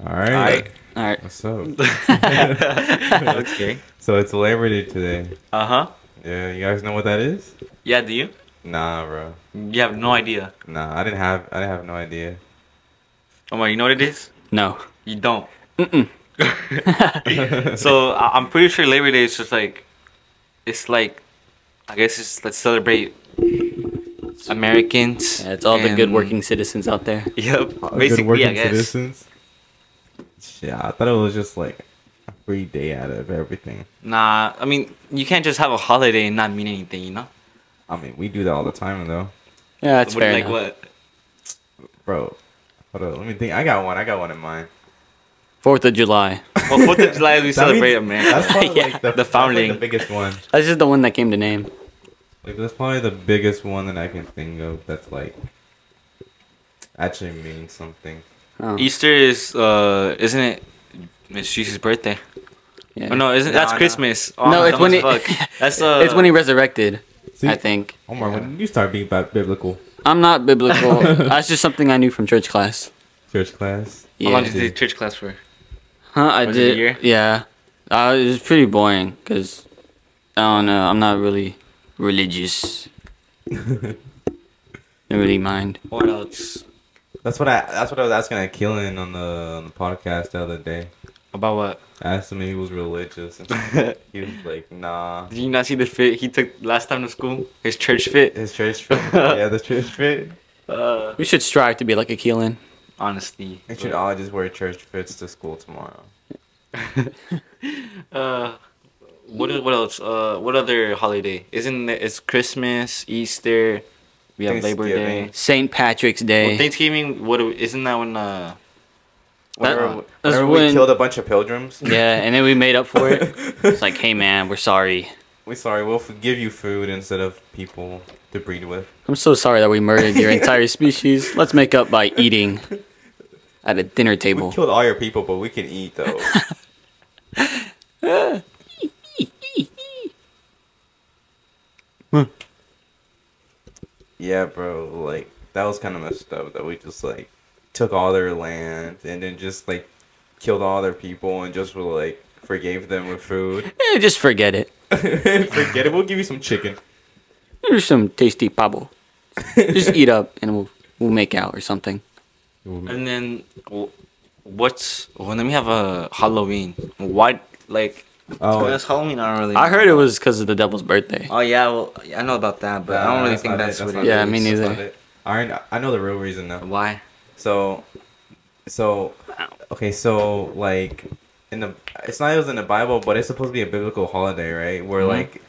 All right. All right. What's up? okay. So it's Labor Day today. Uh huh. Yeah, you guys know what that is? Yeah. Do you? Nah, bro. You have no idea. Nah, I didn't have. I didn't have no idea. Omar, Oh you know what it is? No. You don't. Mm-mm. so I- I'm pretty sure Labor Day is just like, it's like, I guess it's let's celebrate Americans. Yeah, it's all the good and- working citizens out there. Yep. All good Basically, I working guess. citizens. Yeah, I thought it was just like a free day out of everything. Nah, I mean you can't just have a holiday and not mean anything, you know? I mean, we do that all the time though, Yeah, that's What- fair. like enough. what? bro. Hold on, let me think. I got one. I got one in mind. Fourth of July. Well, Fourth of July we That means- celebrate America. That's probably Yeah, like the, the that's, like, founding. the biggest one. That's just the one that came to name. Like that's probably the biggest one that I can think of. That's like actually means something. Oh, Easter is uh isn't it it's Jesus' birthday. yeah. Oh, no, isn't No, that's no. Christmas. No, I'm it's dumb when as he- Oh, fuck. that's uh it's when he resurrected. See? I think. Omar, when you start being bi- biblical, I'm not biblical. That's just something I knew from church class. church class. How long Yeah. did you take church class for? Huh? I Was it a did. year? Yeah. Uh, it was pretty boring because I don't know. I'm not really religious. Don't really mind. What else? That's what I. That's what I was asking at Killing on the, on the podcast the other day. About what? I asked him if he was religious, and he was like, "Nah." Did you not see the fit he took last time to school? His church fit? His church fit. yeah, the church fit. Uh We should strive to be like a Keelan. honestly. They should all just wear church fits to school tomorrow. Uh, what what else? Uh, what other holiday? Isn't it, it's Christmas, Easter, we have Labor Day, Thanksgiving. St. Patrick's Day. well, Thanksgiving. What do- isn't that when? Uh, That- Whenever, that's whenever we when- killed a bunch of pilgrims, yeah, and then we made up for it. It's like, hey man, we're sorry. we sorry. We'll give you food instead of people to breed with. I'm so sorry that we murdered your entire species. Let's make up by eating at a dinner We table. killed all your people, but we can eat though. yeah, bro. Like that was kind of messed up. That we just like took all their land and then just like killed all their people and just were like forgave them with food. Eh, just forget it. Forget it. We'll give you some chicken. Here's some tasty pabo. Just eat up, and we'll we'll make out or something. and then wh- what's? Well, then we have a Halloween. What like? Oh, Oh, that's Halloween. I don't really. I heard it was because of the devil's birthday. Oh yeah, well I know about that, but I nah, don't really not think it, that's, what not it is. Yeah, me That's neither. not it. I kn- I know the real reason though. Why? So, so, okay, so like in the it's not it was in the Bible, but it's supposed to be a biblical holiday, right? Where Mhm. like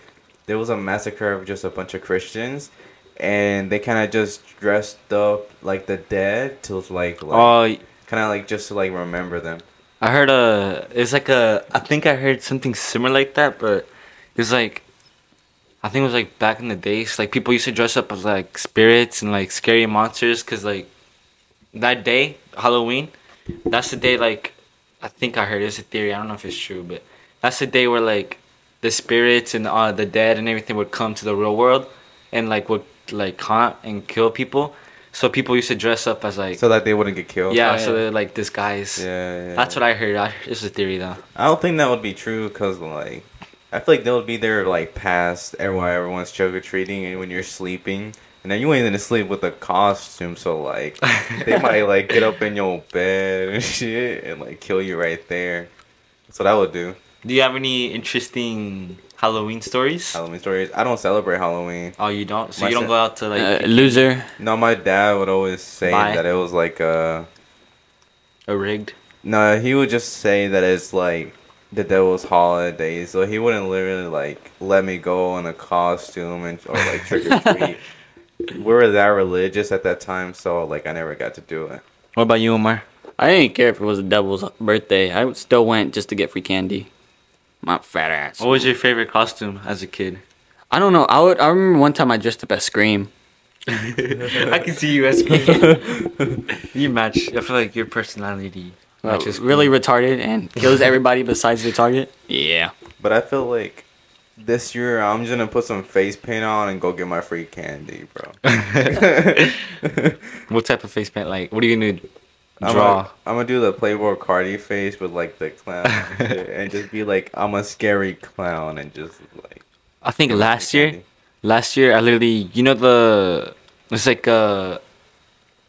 there was a massacre of just a bunch of Christians, and they kind of just dressed up like the dead to like, like Oh, kind of like just to like remember them. I heard a. It's like a. I think I heard something similar like that, but it's like. I think it was like back in the days, like people used to dress up as like spirits and like scary monsters, cause like that day Halloween, that's the day like I think I heard it's a theory. I don't know if it's true, but that's the day where like the spirits and uh, the dead and everything would come to the real world, and like would like haunt and kill people. So people used to dress up as like So that they wouldn't get killed. yeah, Oh, so yeah. they're like disguise. yeah, yeah. That's what I heard. I, it's a theory though. I don't think that would be true because like I feel like they would be there like past everyone everyone's trick or treating and when you're sleeping and then you ain't gonna sleep with a costume so like they might like get up in your bed and shit and like kill you right there. That's what I would do. Do you have any interesting Halloween stories? Halloween stories. I don't celebrate Halloween. Oh, you don't. So My you don't se- go out to like Uh, loser. No, my dad would always say Bye. that it was like uh a rigged. no he would just say that it's like the devil's holiday so he wouldn't literally like let me go in a costume and or like trick or treat. we were that religious at that time, so like I never got to do it. What about you, Omar? I didn't care if it was the devil's birthday. I still went just to get free candy. My fat ass. What was your favorite costume as a kid? I don't know. I would. I remember one time I dressed up as Scream. I can see you as me. you match. I feel like your personality Well, matches. Uh, really retarded and kills everybody besides the target. Yeah. But I feel like this year I'm just gonna put some face paint on and go get my free candy, bro. What type of face paint? Like, what are you gonna do? I'm Draw. Gonna, I'm gonna do the Playboy Cardi face with like the clown and shit, and just be like, I'm a scary clown and just like. I think last year, last year I literally, you know the, it's like uh,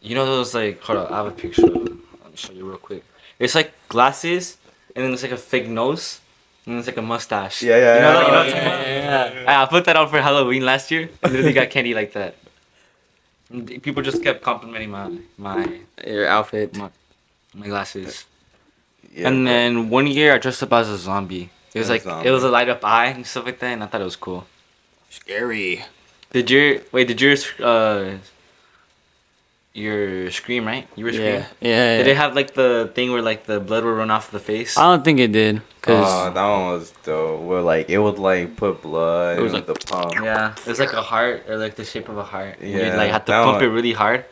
you know those like hold on, I have a picture. I'll show you real quick. It's like glasses, and then it's like a fake nose, and it's like a mustache. Yeah, yeah, You know, yeah. like- you know Oh, what I'm talking about? I- I put that on for Halloween last year. I literally got candy like that. And People just kept complimenting my my Your outfit. my, my glasses. Yeah, and bro. then one year I dressed up as a zombie. It was A like zombie. it was a light up eye and stuff like that, and I thought it was cool. Scary. Did your wait? Did yours uh your scream right? You were screaming. Yeah. Yeah. Did yeah. Um, it have like the thing where like the blood would run off the face? I don't think it did. Oh, Cause that one was dope. Where like it would like put blood. It It was was like the pump. yeah, it's like a heart or like the shape of a heart. Yeah, you Yeah, like had to that pump one- it really hard.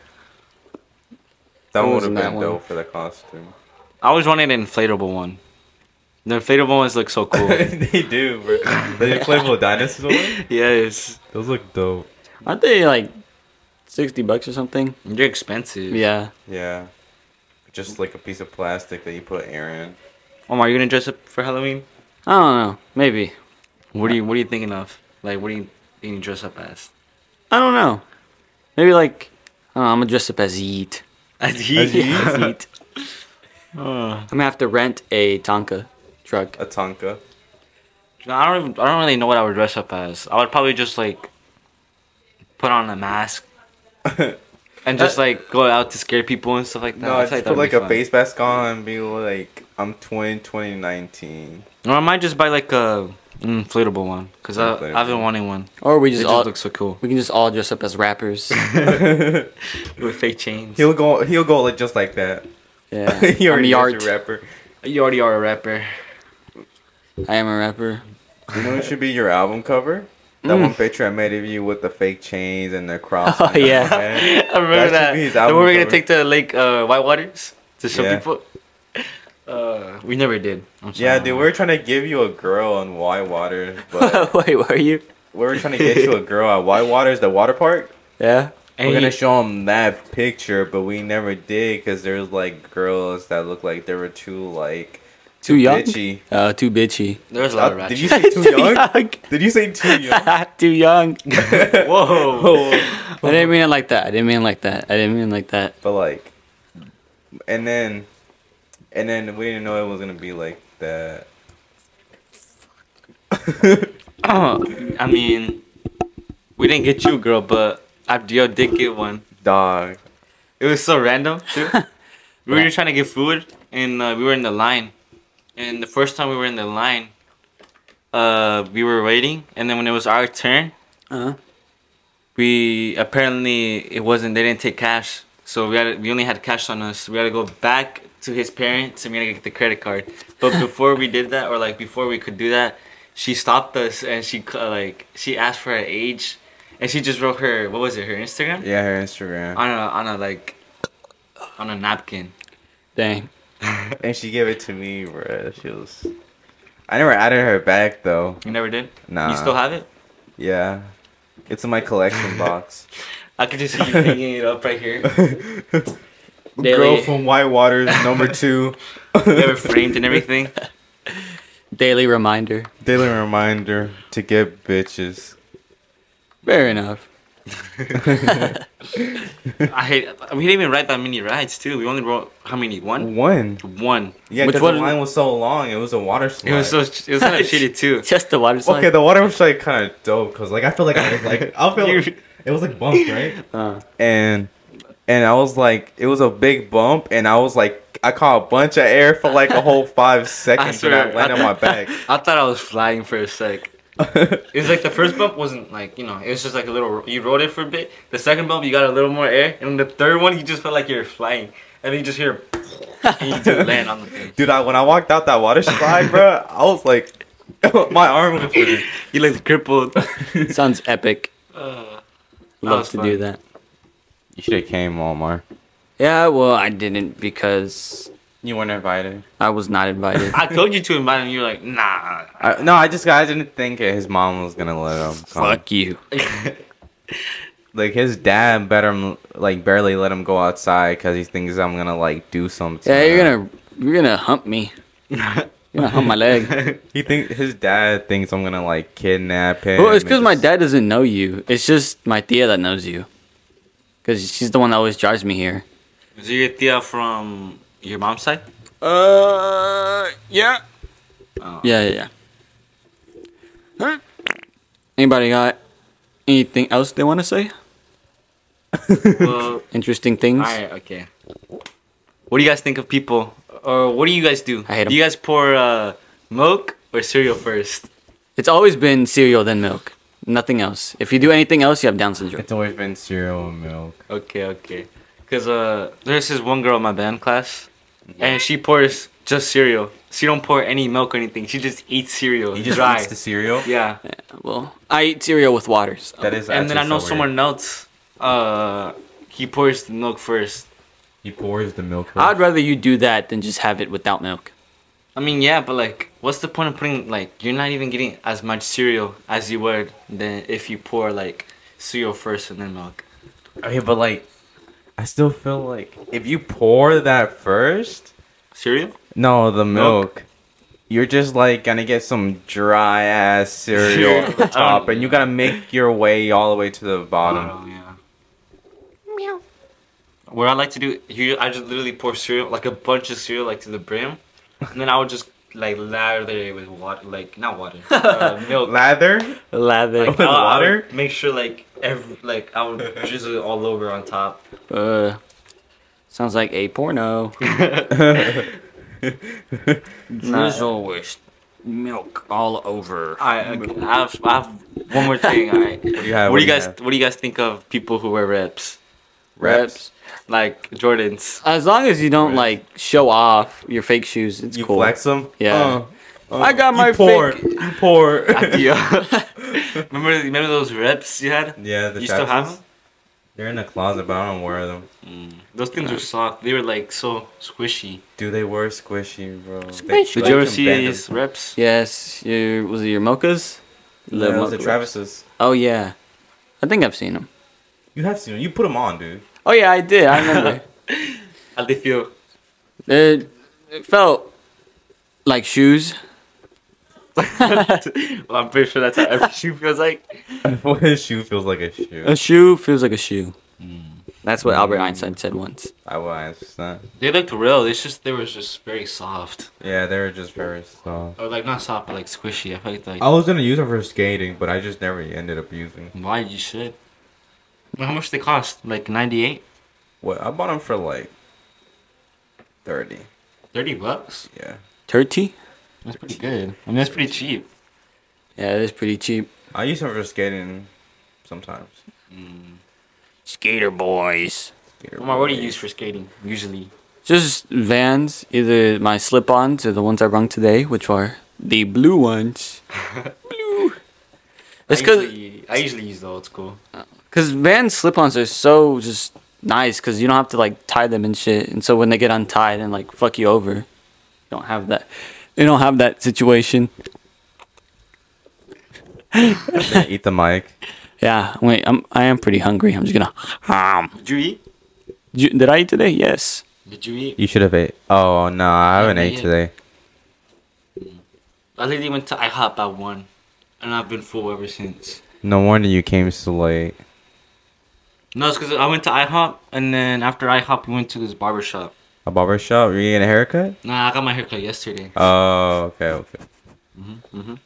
That It one would wasn't have that been one. dope for the costume. I always wanted an inflatable one. The inflatable ones look so cool. they do, bro. The inflatable dinosaur. one? yes, Those look dope. aren't they like sixty bucks or something? they're expensive. Yeah. Yeah. Just like a piece of plastic that you put air in. Omar, you gonna dress up for Halloween? I don't know. Maybe. What are you What are you thinking of? Like, what are you thinking to dress up as? I don't know. Maybe like I don't know, I'm gonna dress up as Yeet. As As he. Yeet? Yeet. Uh, I'm gonna have to rent a Tonka truck. A Tonka. No, I don't. even- I don't really know what I would dress up as. I would probably just like put on a mask and just like go out to scare people and stuff like that. Uh, No, I I feel just that put would like be a fun. face mask on and be like, I'm twin 2019. Or I might just buy like a inflatable one because I Inflatable. I've been wanting one. Or we It just just all looks so cool we can just all dress up as rappers. with fake chains. He'll go. He'll go like just like that. Yeah. he I'm already is Yart. a rapper. You already are a rapper. I am a rapper. You know, it should be your album cover. That Mm. one picture I made of you with the fake chains and the cross. Oh, and the yeah. head. I remember That that. should be his The one album we we're gonna cover. take to Lake uh, Whitewaters to show Yeah. people. Uh, we never did. I'm Yeah, sorry. dude, we are trying to give you a girl on White Waters, but Wait, were you? we were trying to get you a girl at White Waters, the water park. Yeah. And we're you- gonna show them that picture, but we never did because there's like girls that look like they were too like Too young? bitchy. Uh, too bitchy. There's a lot of Uh, ratchet. did you say too young? Did you say too young? young. too young. Whoa. I didn't mean it like that. I didn't mean it like that. I didn't mean it like that. But like, and then, and then we didn't know it was gonna be like that. I mean, we didn't get you, girl, but Abdiel did get one. Dog. It was so random, too. we were trying to get food, and uh, we were in the line. And the first time we were in the line, uh, we were waiting, and then when it was our turn, Uh-huh. we apparently it wasn't. They didn't take cash, so we had we only had cash on us. We had to go back to his parents, and we had to get the credit card. But before we did that, or like before we could do that, she stopped us and she uh, like she asked for her age, and she just wrote her what was it her Instagram Yeah, her Instagram. on a on a like on a napkin. Dang. And she gave it to me, bruh. She was. I never added her back though. You never did. Nah. You still have it? Yeah. It's in my collection box. I could just see you hanging it up right here. Daily. Girl from Whitewaters, number two. You have it framed and everything. Daily reminder. Daily reminder to get bitches. Fair enough. I hate. We didn't even write that many rides too. We only wrote how many? One. One. One. Yeah, Which because one- the line was so long. It was a water slide. It was so. It was kind of shitty too. Just the water slide. okay. The water slide kind of dope because like I feel like I was like I feel You- it was like bumped right Uh, and and I was like it was a big bump and I was like I caught a bunch of air for like a whole five seconds and swear, I landed on my I- back. I thought I was flying for a sec. It was like the first bump wasn't like you know. It was just like a little. You rode it for a bit. The second bump, you got a little more air, and the third one, you just felt like you're flying, and then you just hear, and you just land on the thing. Dude, I, when I walked out that water slide, bro, I was like, my arm was. hurting. You like crippled. sounds epic. Uh, Love was to fun. do that. You should have came, Walmart. Yeah, well, I didn't because You weren't invited. I was not invited. I told you to invite him. You're like nah. I, no, I just I didn't think his mom was gonna let him. Come. Fuck you. like his dad better like barely let him go outside because he thinks I'm gonna like do something. Yeah, you're gonna you're gonna hump me. You're gonna hump my leg. He think his dad thinks I'm gonna like kidnap him. Well, it's and because my just- dad doesn't know you. It's just my tia that knows you, because she's the one that always drives me here. Is it your tia from your mom's side? Uh, yeah. Yeah, yeah, yeah. Anybody got anything else they want to say? Well, Interesting things. all right, okay. What do you guys think of people, or what do you guys do? I hate 'em. do you guys pour uh, milk or cereal first? It's always been cereal then milk. Nothing else. If you do anything else, you have Down syndrome. It's always been cereal and milk. Okay, okay. Cause uh, there's this one girl in my band class, and she pours just cereal. She don't pour any milk or anything. She just eats cereal He just dry. eats the cereal. yeah. Well, I eat cereal with water. so- That is. and then I actually know so weird. someone else. Uh, he pours the milk first. He pours the milk. I'd rather you do that than just have it without milk. I mean, yeah, but like, what's the point of putting like you're not even getting as much cereal as you would than if you pour like cereal first and then milk. Okay, but like, I still feel like if you pour that first, Cereal? no, the milk, Milk? you're just like gonna get some dry ass cereal at the top, and you gotta make your way all the way to the bottom. Oh yeah. Meow. What I like to do, you, I just literally pour cereal, like a bunch of cereal, like to the brim, and then I would just like lather it with water, like not water, uh, milk. Lather. Lather. I would- I would water? make sure like every, like I would drizzle it all over on top. Uh, sounds like a porno. Drizzle with milk all over. I, okay, I, have, I have one more thing. All right. What do you have? what do you guys have? What do you guys think of people who wear reps, Reps. like Jordans? As long as you don't Reps. like show off your fake shoes, it's You cool. flex them. Yeah. Uh, uh, I got you my pour. fake- You pour. Yeah. remember, remember those reps you had? yeah. The you still have taxes. them? They're in the closet, but I don't wear them. Those things were soft. They were like so squishy. Do they wear squishy, bro? Squishy. Did you ever see these reps? Yes, your was it your mochas? The Little yeah, the mocha reps. Travis's. Oh yeah, I think I've seen them. You have seen them. You put them on, dude. Oh yeah, I did. I remember. How they feel? it, it felt like shoes. well, I'm pretty sure that's how every shoe feels like. what his shoe feels like a shoe. A shoe feels like a shoe. Mm. That's what Albert Einstein said once. I will answer They looked real. It's just they were just very soft, that. Yeah, they're just very soft. or like not soft, but like squishy. I felt like I was gonna use them for skating, but I just never ended up using. why you should. How much they cost? Like 98, What I bought them for like thirty. 30 bucks. Yeah, Turkey? That's pretty good. I mean, that's pretty cheap. Yeah, it is pretty cheap. I use them for skating sometimes. Skater boys. Skater Omar, Mm. what do you boy. use for skating usually? Just Vans, either my slip-ons or the ones I brung today, which are the blue ones. blue. It's I because usually, I usually use the old school. cause Vans slip-ons are so just nice because you don't have to like tie them and shit, and so when they get untied and like fuck you over, you don't have that. You don't have that situation. Gonna Eat the mic. Yeah, wait, I'm I am pretty hungry. I'm just gonna. Um, Did you eat? did, you- did I eat today? Yes. Did you eat? You should have ate. Oh no, I haven't Yeah, ate yeah. today. I literally went to IHOP at one, and I've been full ever since. No wonder you came so late. No, it's because I went to IHOP, and then after IHOP, we went to this barber shop. A barber shop? Were you getting a haircut? Nah, I got my haircut yesterday. Oh, okay, okay. mhm.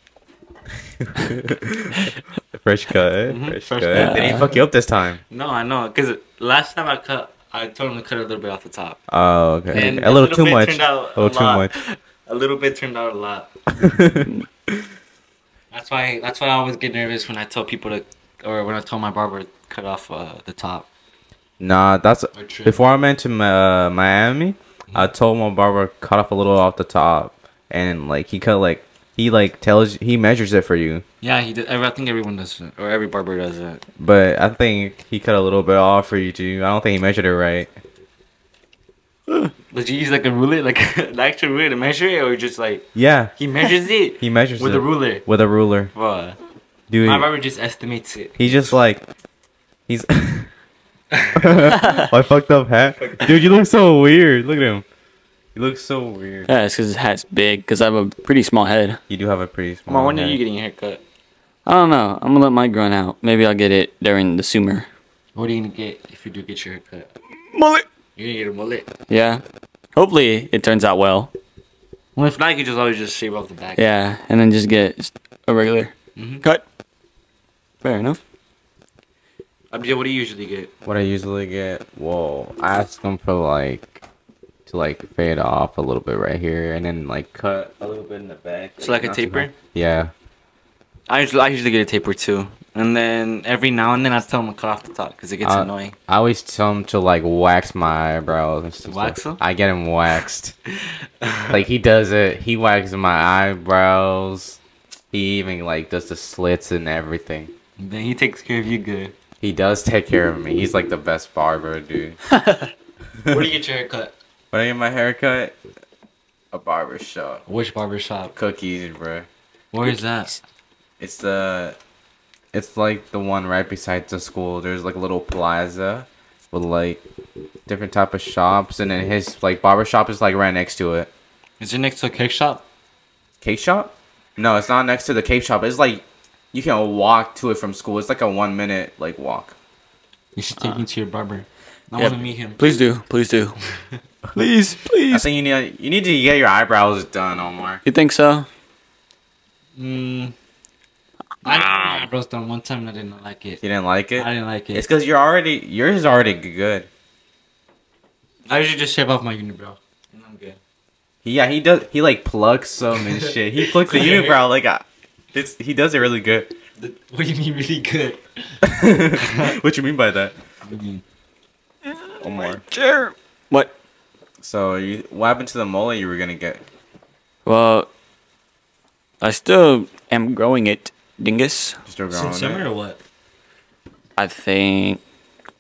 fresh cut, eh? Mhm, fresh, fresh cut. cut. They didn't fuck you up this time. No, I know, because last time I cut, I told him to cut a little bit off the top. Oh, okay. And a little, too bit much. turned out A little too lot. much. A little bit turned out a lot. That's why. That's why I always get nervous when I tell people to, or when I tell my barber to cut off uh, the top. Nah, that's Or Mm-hmm. trim. before I went to Mi- uh, Miami. I told my barber cut off a little off the top, and like he cut like he like tells he measures it for you, Yeah, he did. I think everyone does it, or every barber does it. but I think he cut a little bit off for you too. I don't think he measured it right. Did you use like a ruler, like an actual ruler to measure it, or just like Yeah, he measures it he measures with it a ruler? with a ruler, Bruh. dude. My barber just estimates it. He's just like, He's. My fucked up hat, dude. You look so weird. Look at him. You look so weird. Yeah, it's because his hat's big. Because I have a pretty small head. You do have a pretty small. Mom, when are head. you getting your haircut? I don't know. I'm gonna let mine grow out. Maybe I'll get it during the summer. What are you gonna get if you do get your haircut? Mullet. You're gonna get a mullet. Yeah. Hopefully it turns out well. Well, if not, you could just always just shave off the back. Yeah, and then just get just a regular cut. Fair enough. Abdul, what do you usually get? What I usually get, whoa, I ask them for like to like fade off a little bit right here, and then like cut a little bit in the back. So like a not too taper? much. Yeah. I usually, I usually get a taper too, and then every now and then I tell them to cut off the top because it gets Uh, annoying. I always tell them to like wax my eyebrows and stuff. Wax 'em? I get him waxed. like he does it. He waxes my eyebrows. He even like does the slits and everything. Then he takes care of you good. He does take care of me. He's like the best barber, dude. Where do you get your haircut? when I get my haircut, a barber shop. Which barber shop? Cookies, bro. Where is that? It's the, it's like the one right beside the school. There's like a little plaza, with like different type of shops, and then his like barber shop is like right next to it. Is it next to a cake shop? Cake shop? No, it's not next to the cake shop. It's like you can walk to it from school. It's like a one minute like walk. You should take me to your barber. I yeah. want to meet him. Please do. Please do. please, I please. think you need you need to get your eyebrows done, Omar. You think so? Mm, I got my eyebrows done one time and I didn't like it. You didn't like it. I didn't like it. It's because you're already yours is already good. I usually just shave off my unibrow. And I'm good. Yeah, he does. He like plucks some and shit. He plucks the unibrow like I, it's, he does it really good. What do you mean really good? what you mean by that? Omar. Sure. What? So you, what happened to the mole you were gonna get? Well, I still am growing it, dingus. Just over on Since summer it? or what? I think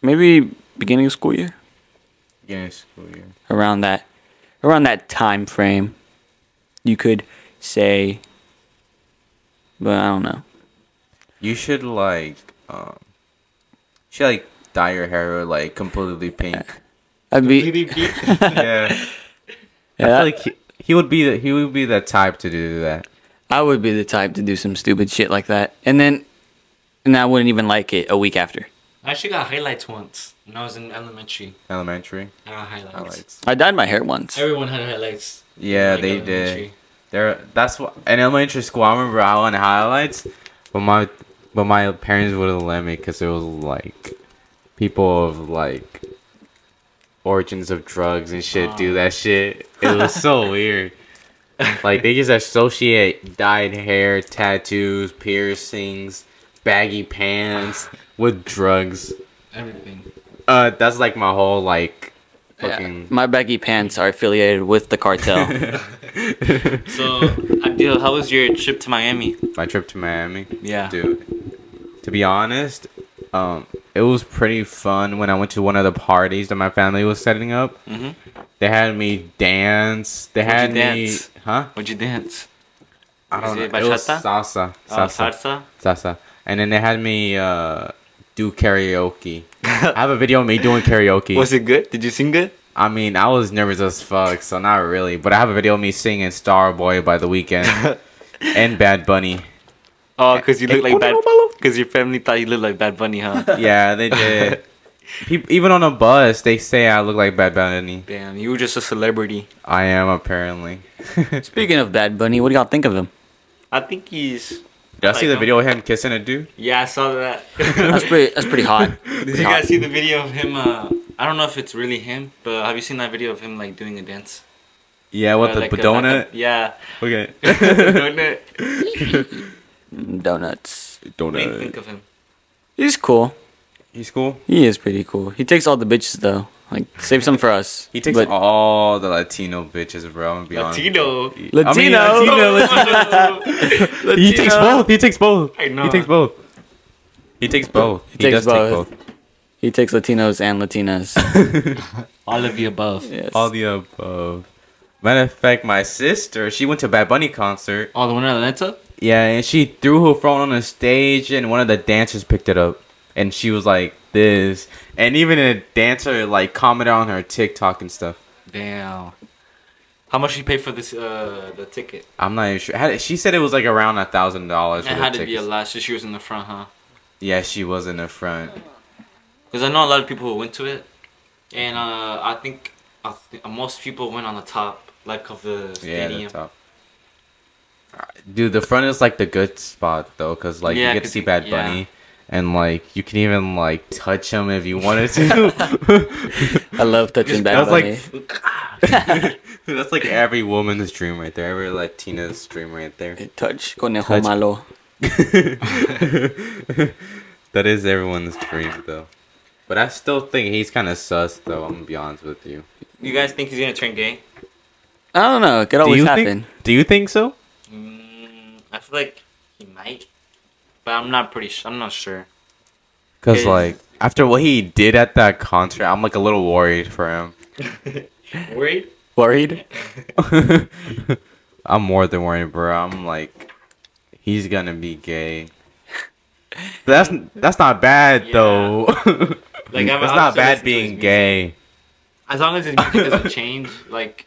maybe beginning of school year, oh, Yeah, school year. around that, around that time frame, you could say. But I don't know. You should like um, you should like dye your hair like completely pink. I'd be Really? yeah. I Yeah. feel like he, he would be the he would be the type to do that. I would be the type to do some stupid shit like that, and then, and I wouldn't even like it a week after. I actually got highlights once when I was in elementary. Elementary I got highlights. highlights. I dyed my hair once. Everyone had highlights. Yeah, Like they elementary. did. There, that's what in elementary school. I remember I won highlights, but my but my parents wouldn't let me because it was like people of like origins of drugs and shit do that shit. It was so weird. Like they just associate dyed hair, tattoos, piercings, baggy pants with drugs. Everything. Uh, that's like my whole like Yeah. fucking. My baggy pants are affiliated with the cartel. So, Abdul, how was your trip to Miami? my trip to Miami. Yeah. Dude, to be honest, um, it was pretty fun when I went to one of the parties that my family was setting up. Mhm. They had me dance. They What'd had you me, dance? huh? Would you dance? I Was don't know. it It was bachata? salsa, Uh, salsa, salsa? salsa. And then they had me uh, do karaoke. I have a video of me doing karaoke. Was it good? Did you sing good? I mean, I was nervous as fuck, so not really. But I have a video of me singing Starboy by The Weeknd and Bad Bunny. Oh, because you look Eh, like bad. Because your family thought you looked like Bad Bunny, huh? Yeah, they did. Peop even on a bus, they say I look like Bad Bunny. Damn, you were just a celebrity. I am apparently. Did Speaking of Bad Bunny, what do y'all think of him? I think he's. I see the video of him kissing a dude? Yeah, I saw that. That's pretty. That's pretty hot. Did you guys see the video of him? Uh, I don't know if it's really him, but have you seen that video of him like doing a dance? Yeah, what Uh, the like a- donut? like a- yeah, okay. donut. Mm, Donuts. What do you think of him? He's cool. He's cool. He is pretty cool. He takes all the bitches though. Like save some for us. He takes But all the Latino bitches, bro. I'm gonna be honest. Latino. I mean, Latino. He takes both. He takes both. I know. He takes both. He takes both. He, takes does both. take both. He takes Latinos and Latinas. All of the above. Yes. All the above. Matter of fact, my sister, she went to Bad Bunny concert. Oh, the one in Atlanta? Yeah, and she threw her phone on the stage, and one of the dancers picked it up, and she was like, this, and even a dancer like commented on her TikTok and stuff. Damn. How much you pay for this uh the ticket? I'm not even sure. Had- She said it was like around a thousand dollars It for had the to be a tickets. lot. So she was in the front, huh? Yeah, she was in the front. Because I know a lot of people who went to it, and uh, I think I th- most people went on the top, like of the Yeah, stadium. the top. Dude, the front is like the good spot though, cause like you Yeah, get to 'cause see you- Bad yeah. Bunny, and like you can even like touch him if you wanted to. I love touching I that. was Bunny. like, that's like every woman's dream right there, every Latina's dream right there. touch conejo Touch. malo. that is everyone's dream though. But I still think he's kind of sus though. I'm gonna be honest with you. You guys think he's gonna turn gay? I don't know. It could do always you happen. think? Do you think so? Mm, I feel like he might, but I'm not pretty. Sh- I'm not sure. Cause Is- like after what he did at that concert, I'm like a little worried for him. Worried? Worried? I'm more than worried, bro. I'm like, he's gonna be gay. That's that's not bad Yeah. though. Like, I'm- it's I'm not still listening bad to being his gay, As long as his music doesn't change, like,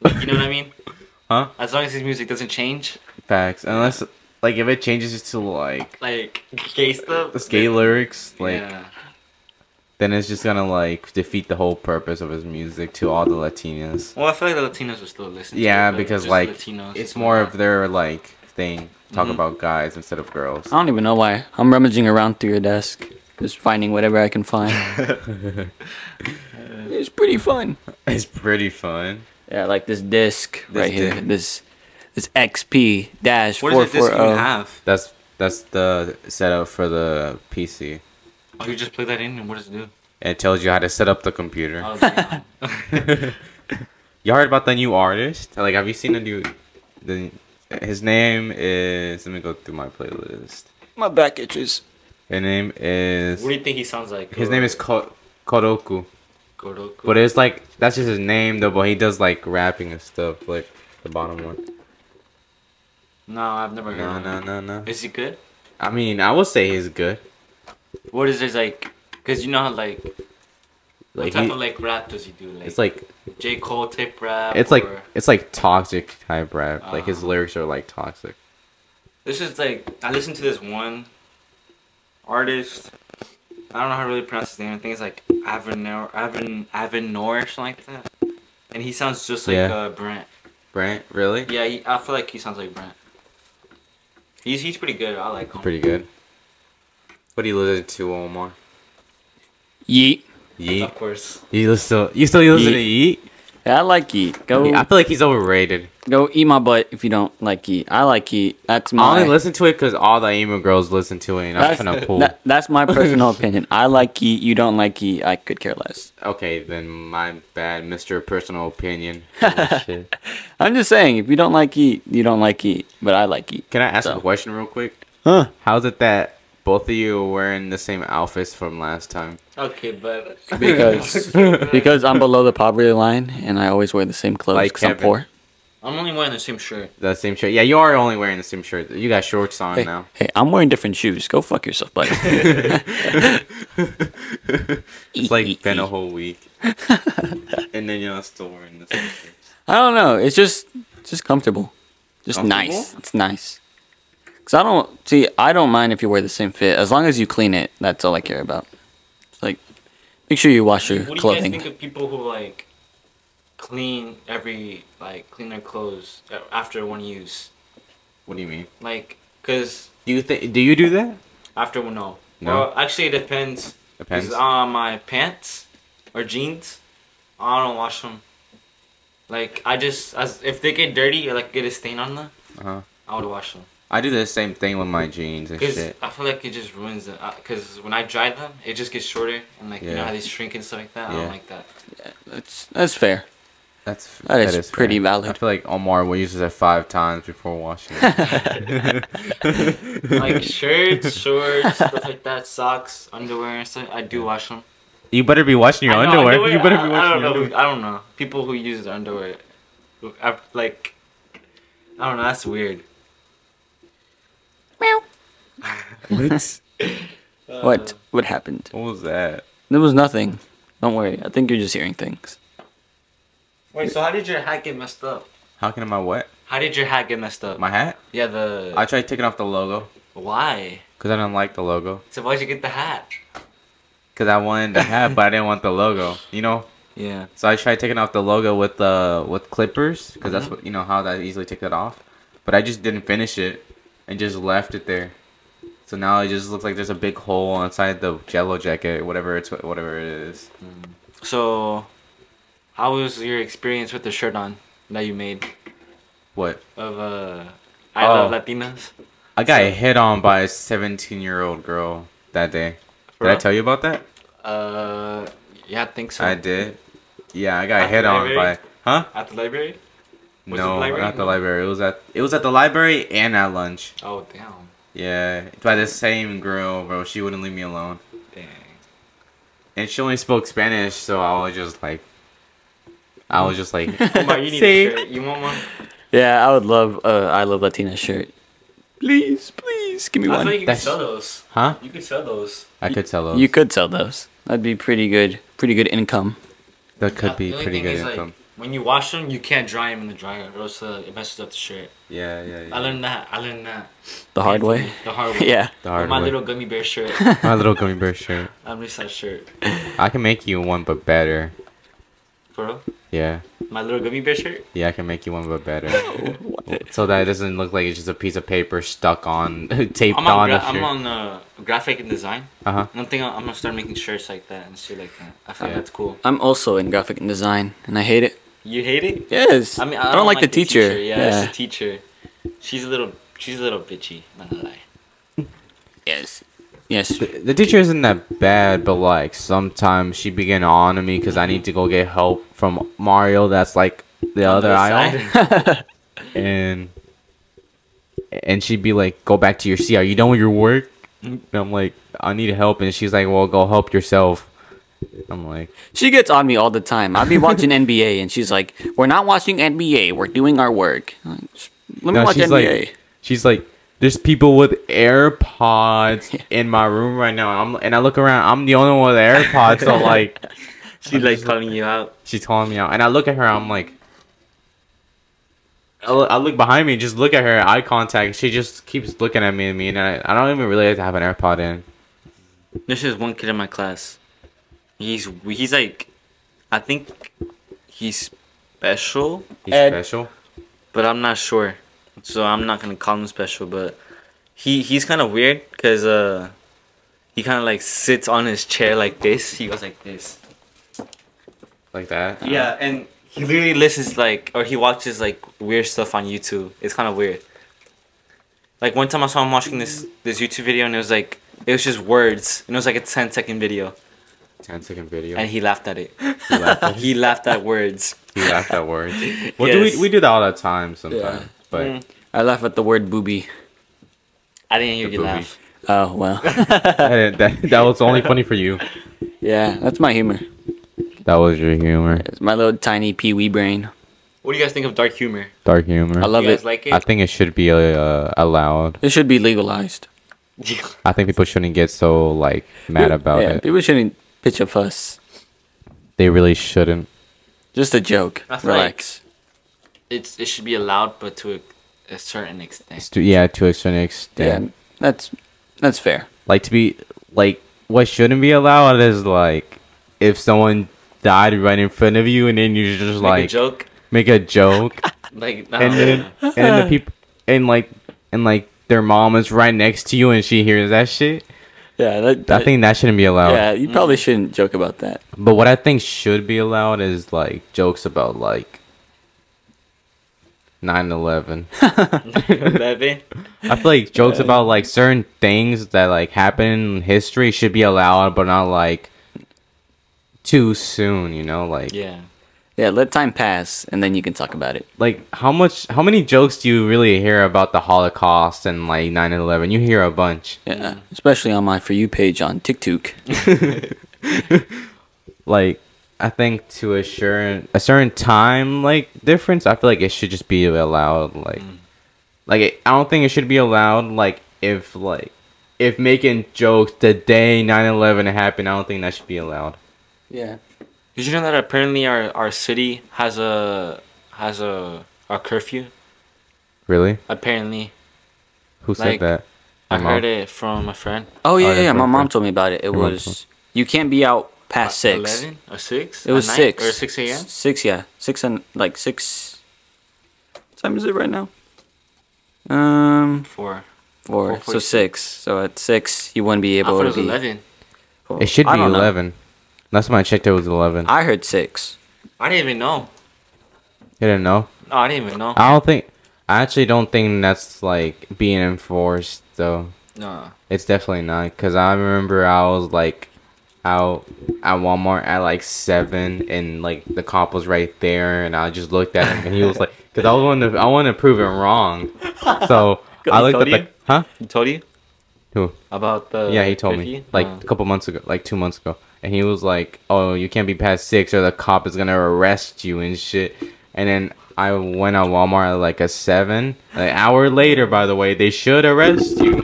like, you know what I mean? Huh? As long as his music doesn't change, facts. Unless like if it changes to like like gay stuff. the gay lyrics, like yeah. then it's just gonna like defeat the whole purpose of his music to all the Latinas. Well, I feel like the Latinos will still listen. Yeah, to it, but because just like Latinos, it's why more not? of their like thing. Talk Mhm. about guys instead of girls. I don't even know why. I'm rummaging around through your desk, just finding whatever I can find. it's pretty fun. It's pretty fun. Yeah, like this disc This right here. disc. This this XP dash oh. What does this even oh. 440. have? That's that's the setup for the PC. Oh, you just plug that in, and what does it do? It tells you how to set up the computer. Oh, damn. You heard about the new artist? Like, have you seen the new? The his name is. Let me go through my playlist. My back itches. His name is. what do you think he sounds like? His name is Ko- Koroku, Koroku. but it's like that's just his name though. But he does like rapping and stuff, like the bottom one. no, I've never heard. No, of no, him. no, no. Is he good? I mean, I would say he's good. What is his like? Because you know how like, what Like type he- of like rap does he do? Like, it's like J Cole type rap. it's like or- it's like toxic type rap. Like his Uh-huh. lyrics are like toxic. this is like I listened to this one artist. I don't know how to really pronounce his name. I think it's like Avenor, Aven, Avenor, or something like that. And he sounds just like Yeah. uh, Brent. Brent, really? Yeah, he, I feel like he sounds like Brent. He's he's pretty good. I like him. Pretty good. What do you listen to, Omar? Yeet. Yeet. Of course. You listen. You still listen to Yeet? Yeah, I like Yeet. Go I feel like he's overrated. go eat my butt if you don't like Yeet. I like Yeet. That's I my only listen to it because all the emo girls listen to it, and I'm that's, kind of cool. that- that's my personal opinion. I like Yeet. You don't like Yeet. I could care less. Okay, then my bad, Mister Personal Opinion. Oh, shit. I'm just saying, if you don't like Yeet, you don't like Yeet. But I like Yeet. Can I ask So. a question real quick? Huh? How's it that both of you are wearing the same outfits from last time? Okay, but Because because I'm below the poverty line and I always wear the same clothes Like because I'm Kevin. poor. I'm only wearing the same shirt. The same shirt. Yeah, you are only wearing the same shirt. You got shorts on Hey, now. hey, I'm wearing different shoes. Go fuck yourself, buddy. It's like been a whole week, and then you're still wearing the same shirt. I don't know. It's just just comfortable, just Comfortable? nice. It's nice. Cause I don't see. I don't mind if you wear the same fit as long as you clean it. That's all I care about. It's like, make sure you wash your What do you guys clothing. think of people who like clean every like clean their clothes a- after one use? What do you mean? Like, cause Do you think? Do you do that? after one no. No. Well, actually, it depends. Depends. Cause on my pants or jeans, I don't wash them. Like I just as if they get dirty or like get a stain on them, Uh-huh. I would wash them. I do the same thing with my jeans and Cause shit. I feel like it just ruins it. Cause when I dry them, it just gets shorter and like you know Yeah. how they shrink and stuff like that. I Yeah. don't like that. That's that's fair. That's That is pretty valid. I feel like Omar will use it five times before washing. it. like shirts, shorts, stuff like that, socks, underwear, and stuff. I do wash them. you better be washing your I know, underwear. You better I, be I washing your don't know. underwear. I don't know. People who use their underwear, who- I, like, I don't know. That's weird. Uh, What? What? What happened? What was that? There was nothing. Don't worry. I think you're just hearing things. Wait, so how did your hat get messed up? How can my what? How did your hat get messed up? My hat? yeah, the. I tried taking off the logo why? because I didn't like the logo. So why'd you get the hat? Because I wanted the hat, but I didn't want the logo. You know. Yeah. So I tried taking off the logo with the with clippers because that's Mm-hmm. what you know how that easily take that off. But I just didn't finish it and just left it there. So now it just looks like there's a big hole inside the Jello jacket, whatever it's whatever it is. So, how was your experience with the shirt on that you made What? of uh, I Oh. Love Latinas? I got So- hit on by a 17 year old girl that day. For did I real? tell you about that? Uh, yeah, I think so. I did. Yeah, I got At the hit on library? by. Huh? At the library? Was it no, the library? not the library. It was at it was at the library and at lunch. Oh, damn. Yeah, by the same girl, bro. She wouldn't leave me alone. Dang. and she only spoke Spanish, so I was just like, I was just like, Omar, you need See? a shirt. You want one? Yeah, I would love a I Love Latina shirt. Please, please, give me I one. feel you could That's- sell those. huh? You could sell those. I could sell those. You could sell those. That'd be pretty good. Pretty good income. that could be Uh, The only pretty thing good is, like, income. when you wash them, you can't dry them in the dryer, or else uh, it messes up the shirt. yeah, yeah, yeah. I learned that. I learned that. The hard way. The hard way. Yeah. the hard With my way. little gummy bear shirt. my little gummy bear shirt. I'm just that shirt. I can make you one, but better. For real? Yeah, My little gummy bear shirt? yeah, I can make you one, but better. so that it doesn't look like it's just a piece of paper stuck on, taped I'm on, on. gra- a I'm shirt. on uh, graphic and design. Uh huh. And I'm thinking I'm gonna start making shirts like that and shit like that. I think Yeah. that's cool. I'm also in graphic and design, and I hate it. You hate it? Yes. I mean, I, don't, like, the teacher. Yeah, Yeah. it's the teacher. She's a little, she's a little bitchy. Not gonna lie. Yes. Yes. The, the teacher isn't that bad, but like sometimes she began on to me because I need to go get help from Mario. That's like the other aisle. side. and and she'd be like, "Go back to your seat. Are you done with your work?" And I'm like, "I need help," and she's like, "Well, go help yourself." I'm like, She gets on me all the time. I'll be watching NBA, and she's like, "We're not watching NBA. We're doing our work." I'm like, "Just Let me no, watch she's NBA. like, she's like, "There's people with AirPods in my room right now." I'm and I look around. I'm the only one with AirPods. so like, She like calling you out. she's calling me out, and I look at her. I'm like. I loo- I look behind me, just look at her, eye contact. She just keeps looking at me and me, and I, I don't even really have to have an AirPod in. There's just one kid in my class. He's he's like, I think he's special, He's Ed. special. but I'm not sure. So I'm not gonna call him special, but he he's kind of weird because uh, he kind of like sits on his chair like this. He goes like this. Like that. Yeah, and Uh, he literally listens like or he watches like weird stuff on YouTube. It's kind of weird. Like one time I saw him watching this this YouTube video and it was like it was just words and it was like a 10 second video 10 second video. and he laughed at it. he, laughed at, He laughed at words. he laughed at words. Well, do Yes. we, we do that all the time sometimes. Yeah. But Mm. I laugh at the word "booby." I didn't hear The you booby. laugh. Oh well. that, that, that was only funny for you. yeah, that's my humor. That was your humor. It's my little tiny pee-wee brain. What do you guys think of dark humor? Dark humor. I love you guys it. like it? I think it should be uh, allowed. It should be legalized. I think people shouldn't get so like mad about yeah, it. people shouldn't pitch a fuss. They really shouldn't. Just a joke. I feel like- Relax. it's it should be allowed, but to a, a certain extent. It's to- yeah, to a certain yeah, extent. that's that's fair. Like to be like what shouldn't be allowed is like if someone died right in front of you and then you just Like, like a joke, make a joke like no. and then and then the people and like and like their mom is right next to you and she hears that shit. Yeah, that, I think that shouldn't be allowed. yeah, you probably shouldn't joke about that. But what I think should be allowed is like jokes about like 9/11. Eleven? I feel like jokes about like certain things that like happen in history should be allowed, but not like too soon. You know, like yeah. Yeah, let time pass and then you can talk about it. like how much how many jokes do you really hear about the Holocaust and like 9/11? You hear a bunch. Yeah, especially on my for you page on TikTok. like I think to a certain a certain time like difference, I feel like it should just be allowed. Like, like it, I don't think it should be allowed. Like if like if making jokes the day 9-11 happened, I don't think that should be allowed. Yeah. Did you know that apparently our, our city has a has a a curfew? Really? Apparently, Who said Like, that? I Your mom? heard it from a friend. Oh yeah, Oh, yeah. yeah, yeah. My perfect. mom told me about it. It Your mom was you can't be out At past six. Eleven or six? It was At night? six or six a.m. S- Six, yeah, six and like six. What time is it right now? Um, Four. four. Four so forty six. So at six, you wouldn't be I able thought to it was be. eleven. Well, It should be I don't know. 11. Last time I checked, it was 11. I I heard six. I didn't even know. didn't know. No, I didn't even know. I don't think. I actually don't think that's like being enforced though. No. It's definitely not because I remember I was like out at Walmart at like seven, and like the cop was right there, and I just looked at him, and he was like, because I wanted to, I wanted to prove him wrong, so I looked at told the you? huh. He told you Who? about the. Yeah, he told me curfew? like Uh, a couple months ago, like two months ago, and he was like, "Oh, you can't be past six, or the cop is gonna arrest you and shit." And then I went on Walmart at like a seven. An hour later, by the way, they should arrest you.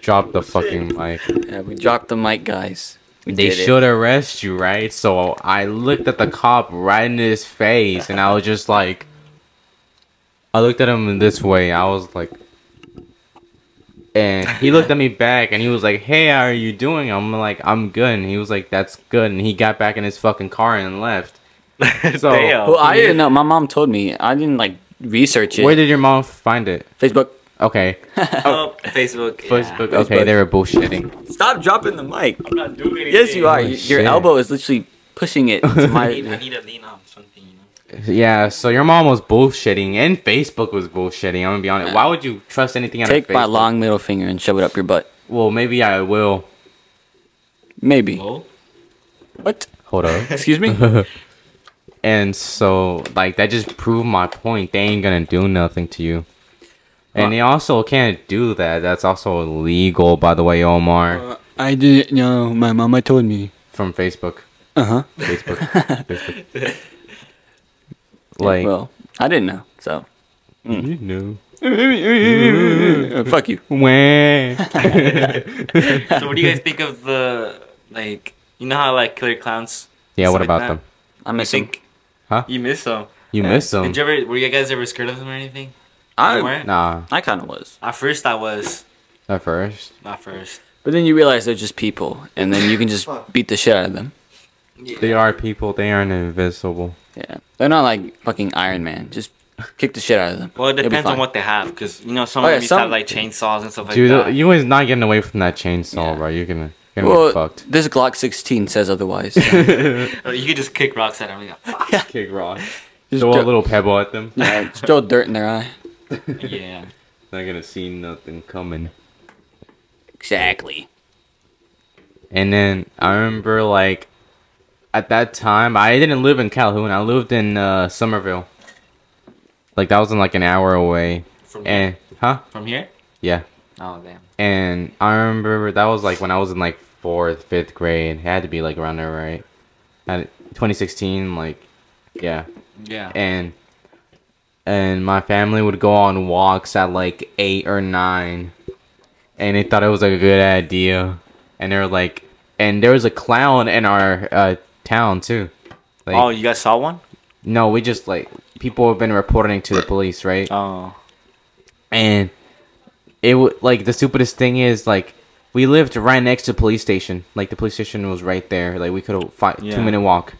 Drop the fucking mic. Yeah, we dropped the mic, guys. We They did it. should arrest you, right? So I looked at the cop right in his face, and I was just like, I looked at him in this way. I was like, and he looked at me back, and he was like, "Hey, how are you doing?" I'm like, "I'm good." And he was like, "That's good." And he got back in his fucking car and left. So Damn. Well, I didn't know. My mom told me. I didn't like research it. where did your mom find it? Facebook? Okay, Oh, Facebook. Facebook. Yeah. Okay, Facebook. they were bullshitting. Stop dropping the mic. I'm not doing anything. Yes, you are. Oh, Y- Your shit. elbow is literally pushing it to I my. need, I need to lean on something. You know. Yeah, so your mom was bullshitting, and Facebook was bullshitting. I'm gonna be honest. Why would you trust anything out of Take my Facebook? long middle finger and shove it up your butt. Well, maybe I will. Maybe. Well, What? Hold up. Excuse me. and so, like, that just proved my point. They ain't gonna do nothing to you. And they also can't do that. That's also illegal, by the way, Omar, Uh, I didn't know. My mama told me. from Facebook. Uh huh. Facebook. Facebook. Like, well, mm. I didn't know. So, you know. Uh, fuck you. Wah. so what do you guys think of the like? You know how like Killer Clowns? yeah, stuff what like about that? them? I I miss him. think. Huh? You miss them. You miss them. Did you ever? Were you guys ever scared of them or anything? You I, weren't? nah, I kind of was. At first, I was. at first. Not first. But then you realize they're just people, and then you can just beat the shit out of them. Yeah. They are people, they aren't invisible. Yeah. They're not like fucking Iron Man. Just kick the shit out of them. Well, it They'll be depends on fine. what they have, because you know some Oh, of yeah, them used to some- have like chainsaws and stuff like Dude, that. you is not getting away from that chainsaw, Yeah. bro. You're gonna, you're gonna Well, get fucked. this Glock 16 says otherwise. Or Oh, you could just kick rocks at them. Like, "Fuck." Kick rock. Just Throw a dr- little pebble at them. yeah, just throw dirt in their eye. yeah. Not gonna see nothing coming. Exactly. And then I remember like at that time I didn't live in Calhoun. I lived in uh, Somerville. Like that was in like an hour away. From And huh? from here? Yeah. Oh damn. And I remember that was like when I was in like fourth, fifth grade. It had to be like around there, right? At 2016, like yeah. Yeah. and and my family would go on walks at like eight or nine and they thought it was a good idea and they were like and there was a clown in our uh, town too like oh, you guys saw one? no we just like people have been reporting to the police right Oh. and it w- like the stupidest thing is like we lived right next to the police station like the police station was right there like we could have fought Yeah. two minute walk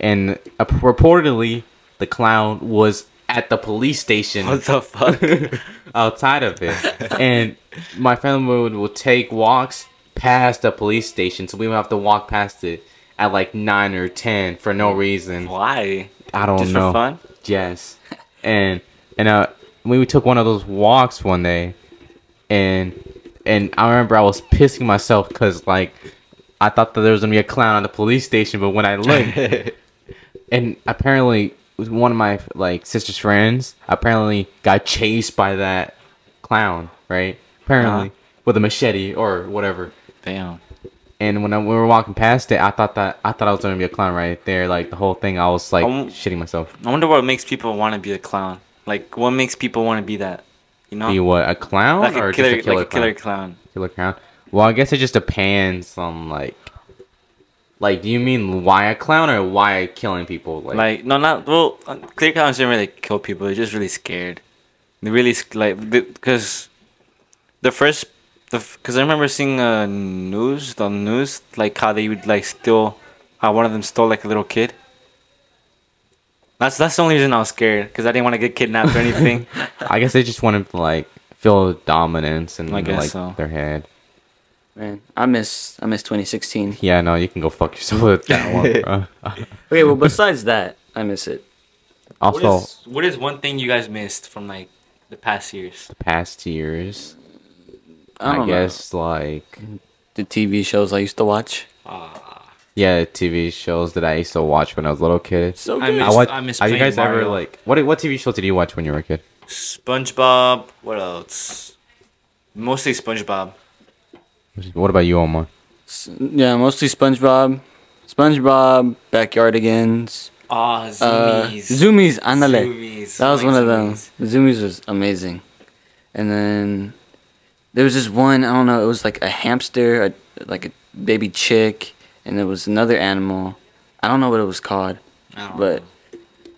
and uh, reportedly the clown was at the police station What the fuck? outside of it. and my family would, would take walks past the police station, so we would have to walk past it at like nine or ten for no reason. Why? I don't Just know. for fun? Yes. And and uh, we took one of those walks one day, and and I remember I was pissing myself because like I thought that there was gonna be a clown at the police station, but when I looked, and apparently one of my like sister's friends apparently got chased by that clown, right? Apparently Uh-huh. with a machete or whatever. Damn. And when I, we were walking past it, I thought that I thought I was gonna be a clown right there. Like the whole thing, I was like Um, shitting myself. I wonder what makes people want to be a clown. Like, what makes people want to be that? You know, Be what a clown uh-huh. like or a killer, just a killer like a clown? killer clown. Killer clown. Well, I guess it just depends on like, like, do you mean why a clown or why killing people? Like, Like no, not well. uh, Clear clowns didn't really kill people. They're just really scared. They really sc- like because the first the because I remember seeing uh, news the news like how they would like steal how one of them stole like a little kid. That's that's the only reason I was scared because I didn't want to get kidnapped or anything. I guess they just want to like feel dominance and I like guess so. their head. Man, I miss I miss 2016. Yeah, no, you can go fuck yourself with that one, bro. Okay, well besides that, I miss it. also, what is, what is one thing you guys missed from like the past years? past years, I, I, don't guess like know. the TV shows I used to watch. yeah, TV shows that I used to watch when I was a little kid. So I good. miss- I watch. I miss Have you playing guys ever Mario. like what? What TV shows did you watch when you were a kid? SpongeBob. What else? Mostly SpongeBob. What about you, Omar? S- yeah, mostly SpongeBob, SpongeBob, Backyardigans, Ah, uh, zoomies. Zoomies, Andale. Zoomies. That was I like one of them. Zoomies. Zoomies was amazing. And then there was this one, I don't know, it was like a hamster, a, like a baby chick, and there was another animal. I don't know what it was called, I don't but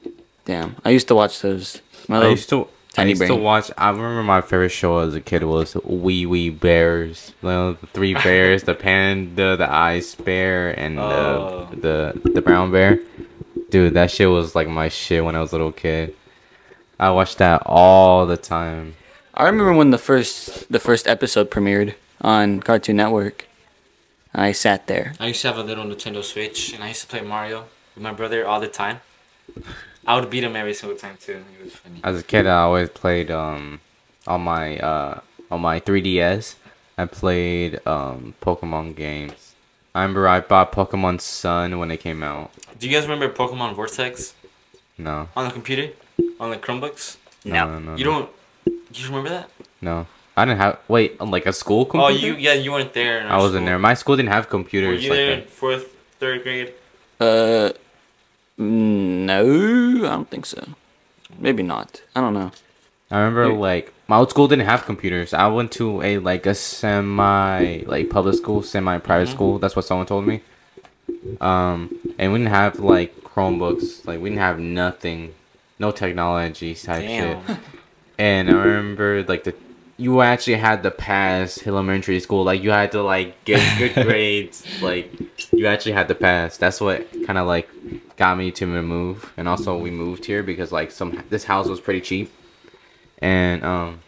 know. damn, I used to watch those. My I little- used to. I Oh, tiny used to brain. watch. I remember my favorite show as a kid was Wee Wee Bears. You know, the three bears: the panda, the ice bear, and Oh. the the the brown bear. Dude, that shit was like my shit when I was a little kid. I watched that all the time. I remember when the first the first episode premiered on Cartoon Network. I sat there. I used to have a little Nintendo Switch, and I used to play Mario with my brother all the time. I would beat him every single time too. It was funny. As a kid, I always played um on my uh on my 3DS. I played um Pokemon games. I remember I bought Pokemon Sun when it came out. Do you guys remember Pokemon Vortex No, on the computer, on the Chromebooks? no, no, no. You don't. You remember that? No, I didn't have. Wait, on, like a school Oh, computer? you yeah, you weren't there. in our I wasn't school. there. My school didn't have Were computers you like there that. in fourth, third grade? Uh, no, I don't think so. Maybe not. I don't know. I remember like my old school didn't have computers. I went to a like a semi like public school, semi private Mm-hmm. school. That's what someone told me. Um, and we didn't have like Chromebooks. Like we didn't have nothing, no technology type Damn. shit. And I remember like the you actually had to pass elementary school. Like you had to like get good grades. Like you actually had to pass. That's what kind of like got me to move. And also we moved here because like some this house was pretty cheap. And um,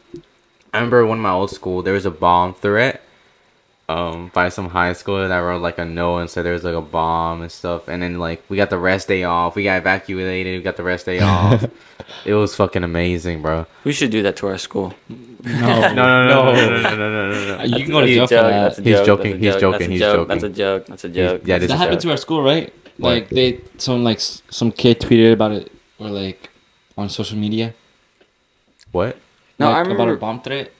I remember when my old school there was a bomb threat. Um, by some high school that wrote like a no and said there was like a bomb and stuff. And then like we got the rest day off. We got evacuated. We got the rest day off. it was fucking amazing, bro. We should do that to our school. No, no, no, no, no, no, no, no, no. You can go to jail for That's a joke, that. that's a He's joke, joking, that's a he's joke, joking, that's a he's joke, joking. That's a joke. That's a He's- joke. yeah, this That is happened to our school, right? Like they, some like s- some kid tweeted about it or like on social media. what No, like, I about remember- a bomb threat,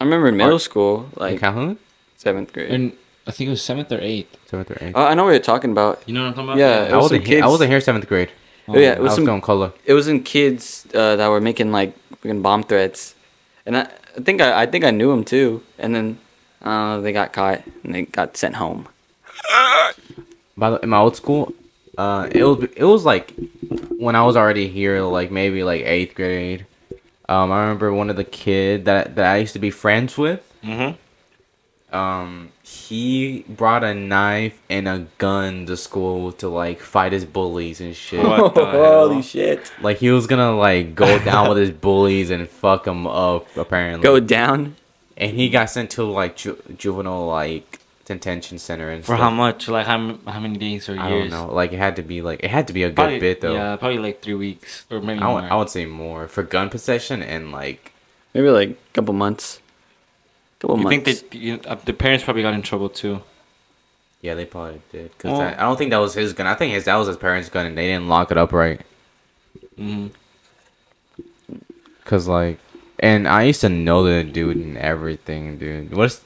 I remember in middle school, in like Calhoun? seventh grade. and I think it was seventh or eighth. Seventh or eighth? Oh, I know what you're talking about. You know what I'm talking about? Yeah, it I was some wasn't. Here, I kids- wasn't here seventh grade. Oh, yeah, it I was was some. going color. It was in kids uh, that were making like fucking bomb threats, and I, I think I, I think I knew them too. And then uh, they got caught and they got sent home. By the, in my old school, uh, it was it was like when I was already here, like maybe like eighth grade. Um, I remember one of the kid that that I used to be friends with. Mm-hmm. Um, he brought a knife and a gun to school to like fight his bullies and shit. What the hell? shit! Like he was gonna like go down with his bullies and fuck them up apparently. Go down. and he got sent to like ju- juvenile like detention center and For how stuff. much? Like how, m- how many days or years? I don't know. Like it had to be like it had to be a good Probably- bit though. Yeah, probably like three weeks or maybe I would, more. I would say more for gun possession and like Maybe like a couple months. Couple You months. think that you, uh, the parents probably got in trouble too? yeah they probably did because Well- I, I don't think that was his gun. I think his that was his parents' gun and they didn't lock it up right. Mm. Cause like, and I used to know the dude and everything, dude. What's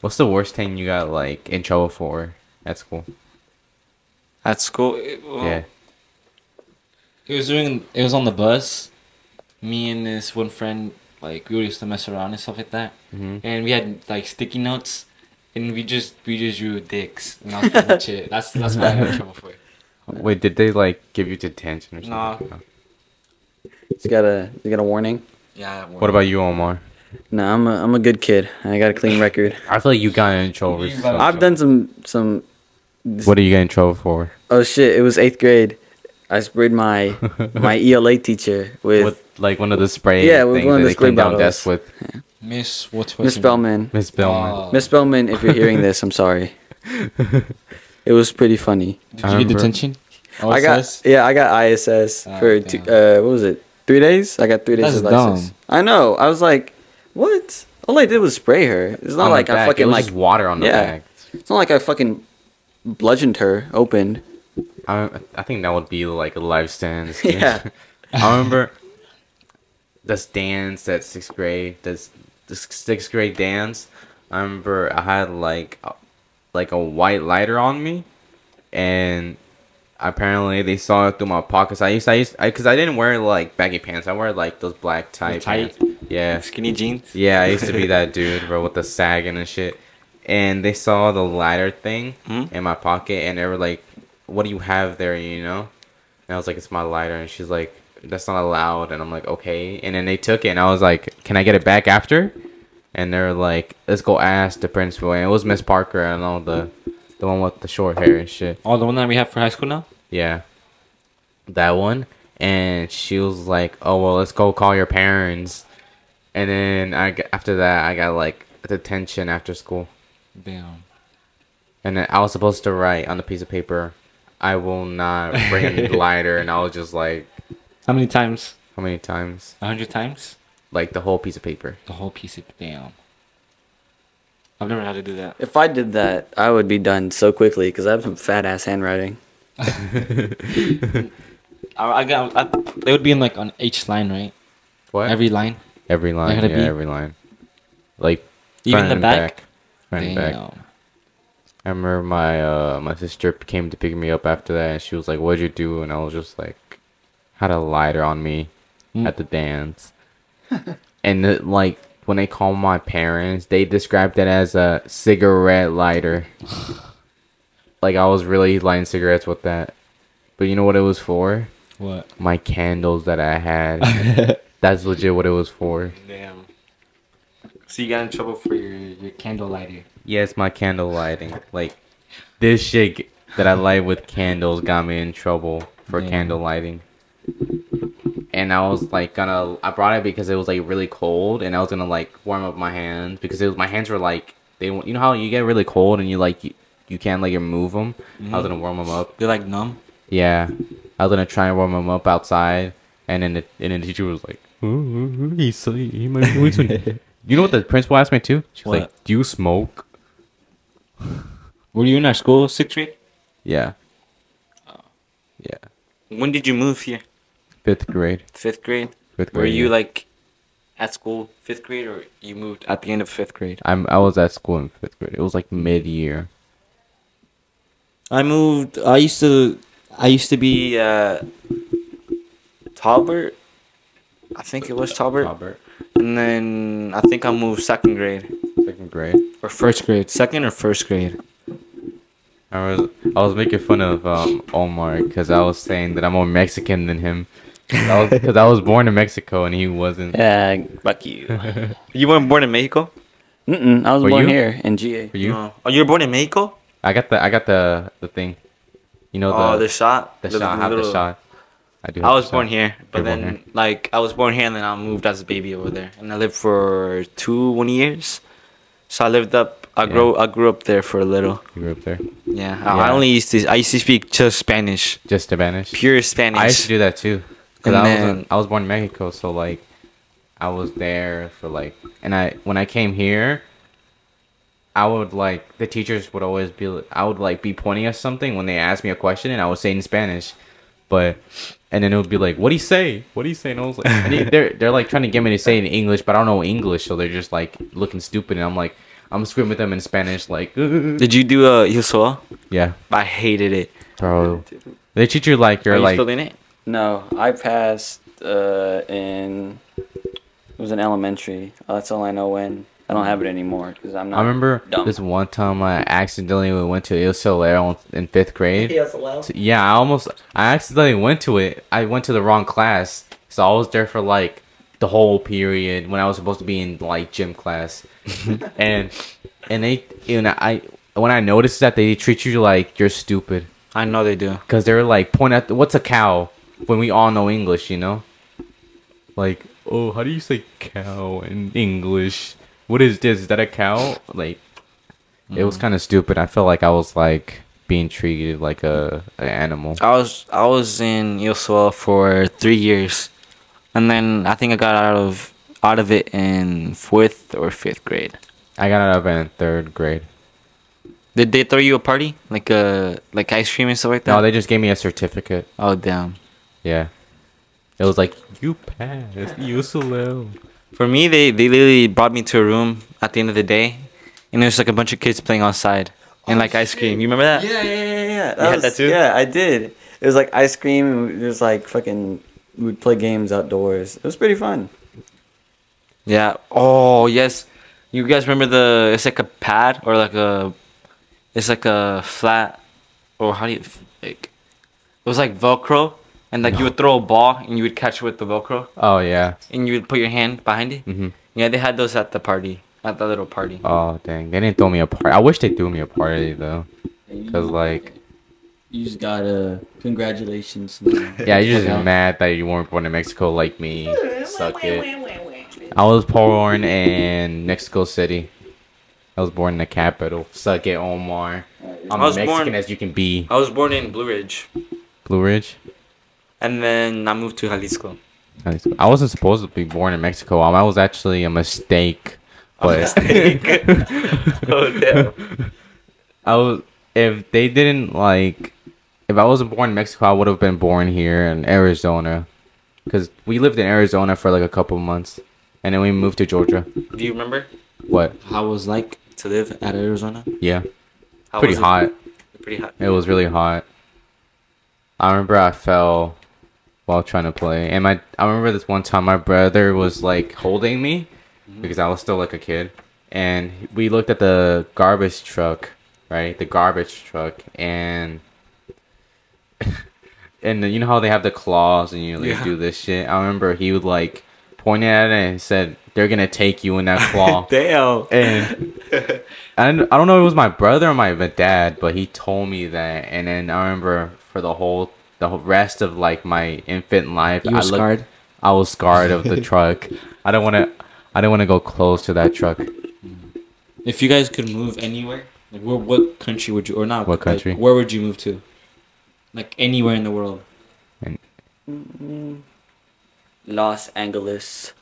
what's the worst thing you got like in trouble for at school? At school, it, well, Yeah, It was doing. It was on the bus. Me and this one friend Like we used to mess around and stuff like that. Mhm. And we had like sticky notes, and we just we just drew dicks. And that was pretty much it. That's that's what I got in trouble for. Wait, did they like give you detention or something? Nah. It's got a it's got a warning. Yeah. What about you, Omar? No, I'm a, I'm a good kid. I got a clean record. I feel like you got in trouble. You for got- Oh, something. I've done some some What are you getting in trouble for? oh shit. It was eighth grade. I sprayed my my ELA teacher with, With like one of the spray. Yeah, with things one of that the they spray clean down bottles. desks with Miss what's Miss Bellman. Miss Bellman. Oh. Miss Bellman, if you're hearing this, I'm sorry. It was pretty funny. Did I you get remember. detention? Oh, I got sus? yeah, I got ISS Ah, for two, uh, what was it? Three days. I got three days That's of license. dumb. I know. I was like, what? All I did was spray her. It's not On the like I back, it fucking was like. just water on the Yeah. back. It's not like I fucking bludgeoned her open. I, I think that would be like a life sentence. dude. Yeah. I remember this dance that sixth grade, this, this sixth grade dance. I remember I had like a, like a white lighter on me, and apparently they saw it through my pockets. I used I used I because I didn't wear like baggy pants. I wear like those black tight tight? pants. Yeah. Skinny jeans. Yeah, I used to be that dude, bro, with the sagging and shit. And they saw the lighter thing Mhm. in my pocket, and they were like, "What do you have there?" You know? And I was like, "It's my lighter," and she's like, "That's not allowed." And I'm like, "Okay." And then they took it, and I was like, "Can I get it back after?" And they're like, "Let's go ask the principal." And it was Miss Parker and all the, the one with the short hair and shit. Oh, the one that we have for high school now. Yeah. That one. And she was like, oh, well, let's go call your parents. And then I, g- after that, I got like detention after school. Damn. And then I was supposed to write on the piece of paper, I will not bring lighter. And I was just like, How many times? how many times? A hundred times. Like the whole piece of paper. The whole piece of damn. I've never had to do that. If I did that, I would be done so quickly because I have some fat ass handwriting. I, I got. I, they would be in like on each line, right? What? Every line. every line. gotta Yeah, be- every line. Like Even front the and back? Front and back. I remember my uh my sister came to pick me up after that, and she was like, "What'd you do?" And I was just like, "Had a lighter on me Mm. at the dance," and it, like when they call my parents, they described it as a cigarette lighter. like I was really lighting cigarettes with that, but you know what it was for? What? My candles that I had. That's legit what it was for. Damn. So you got in trouble for your, your candle lighter. Yes, my candle lighting. Like this shit g- that I light with candles got me in trouble for Damn. candle lighting. And I was like gonna I brought it because it was like really cold and I was gonna like warm up my hands because it was my hands were like they w- you know how you get really cold and you like you, you can't like remove them. Mm-hmm. I was gonna warm them up. They're like numb. Yeah, I was gonna try and warm them up outside, and then the, and then the teacher was like, "He's so he might be doing." You know what the principal asked me too? She was What? like, "Do you smoke?" Were you in our school sixth grade? Yeah. Oh. Yeah. When did you move here? Fifth grade. Fifth grade. Fifth grade. Were you yeah. like at school fifth grade, or you moved at the end of fifth grade? I'm. I was at school in fifth grade. It was like mid year. I moved. I used to. I used to be uh, Talbert. I think it was Talbert. And then I think I moved second grade Second grade. or first, First grade. second or first grade. I was. I was making fun of um, Omar because I was saying that I'm more Mexican than him. Because I was born in Mexico and he wasn't. Yeah, fuck you. Mm-mm, You weren't born in Mexico. I was Were born you? here in GA. For you, No. Oh, you were born in Mexico. I got the. I got the. The thing. You know oh, the. the shot. the, shot. I have the shot. I do. I have was the born shot. here, but You're born then like I was born here, and then I moved as a baby over there, and I lived for two one years. So I lived up. I Yeah. grow. I grew up there for a little. You grew up there. Yeah. I I Yeah. only used to. I used to speak just Spanish, Just Spanish. pure Spanish. I used to do that too. Cause And I was then- in, I was born in Mexico, so like I was there for like, and I when I came here, I would like the teachers would always be li- I would like be pointing at something when they asked me a question, and I would say in Spanish, but and then it would be like, "What do you say? What do you say?" And I was like, and they, they're they're like trying to get me to say it in English, but I don't know English, so they're just like looking stupid, and I'm like. I'm screaming at them in Spanish, like, Did you do a uh, you saw? yeah, I hated it. bro. They teach you like you're Are you like still in it? No, I passed uh, in it was was in elementary. Uh, that's all I know when. I don't have it anymore because I'm not. I remember dumb. this one time I accidentally went to Il Solero in fifth grade. So- yeah, I almost I accidentally went to it. I went to the wrong class, so I was there for like the whole period when I was supposed to be in like gym class, and and they and I when I noticed that they treat you like you're stupid I know they do. because they're like point at what's a cow when we all know English, you know? Like, oh, how do you say cow in English? What is this? Is that a cow? Like, it was kind of stupid. I felt like I was like being treated like a an animal. I was I was in USL for three years, and then I think I got out of out of it in fourth or fifth grade. I got out of it in third grade. Did they throw you a party like a like ice cream and stuff like that? No, they just gave me a certificate. Oh damn. Yeah, it was like you passed. You slow. For me, they they literally brought me to a room at the end of the day, and there's like a bunch of kids playing outside and like ice cream. You remember that? Yeah, yeah, yeah, yeah. You had was- that too? Yeah, I did. It was like ice cream. And it was like fucking. We'd play games outdoors. It was pretty fun. Yeah. Oh yes. You guys remember the? It's like a pad or like a. It's like a flat, or how do you like? It was like Velcro, and like you would throw a ball and you would catch it with the Velcro, Oh yeah. and you would put your hand behind it. Mhm. Yeah, they had those at the party, at the little party. Oh dang, they didn't throw me a party. I wish they threw me a party though, cause like You just got a congratulations. Yeah, you're just mad that you weren't born in Mexico like me. Suck it. I was born in Mexico City. I was born in the capital. Suck it, Omar. I'm I was Mexican born- as you can be. I was born in Blue Ridge, Blue Ridge. and then I moved to Jalisco. I wasn't supposed to be born in Mexico. Um, I was actually a mistake. But oh damn. I was if they didn't like if I wasn't born in Mexico, I would have been born here in Arizona. Cause we lived in Arizona for like a couple months, and then we moved to Georgia. Do you remember What? How was like to live at Arizona? Yeah. How pretty was it? hot. Pretty hot. It was really hot. I remember I fell while trying to play, and my I remember this one time my brother was like holding me Mm-hmm. because I was still like a kid, and we looked at the garbage truck, right? The garbage truck, and and you know how they have the claws and you know, they Yeah. do this shit. I remember he would like point at it and said, "They're gonna take you in that claw." Damn. and and I don't know if it was my brother or my my dad, but he told me that. And then I remember for the whole the whole rest of like my infant life, You I were looked- scarred. I was scarred of the truck. I don't want to. I don't want to go close to that truck. if you guys could move anywhere? Like where, what country would you or not? What like, country? where would you move to? Like anywhere in the world. Los Angeles.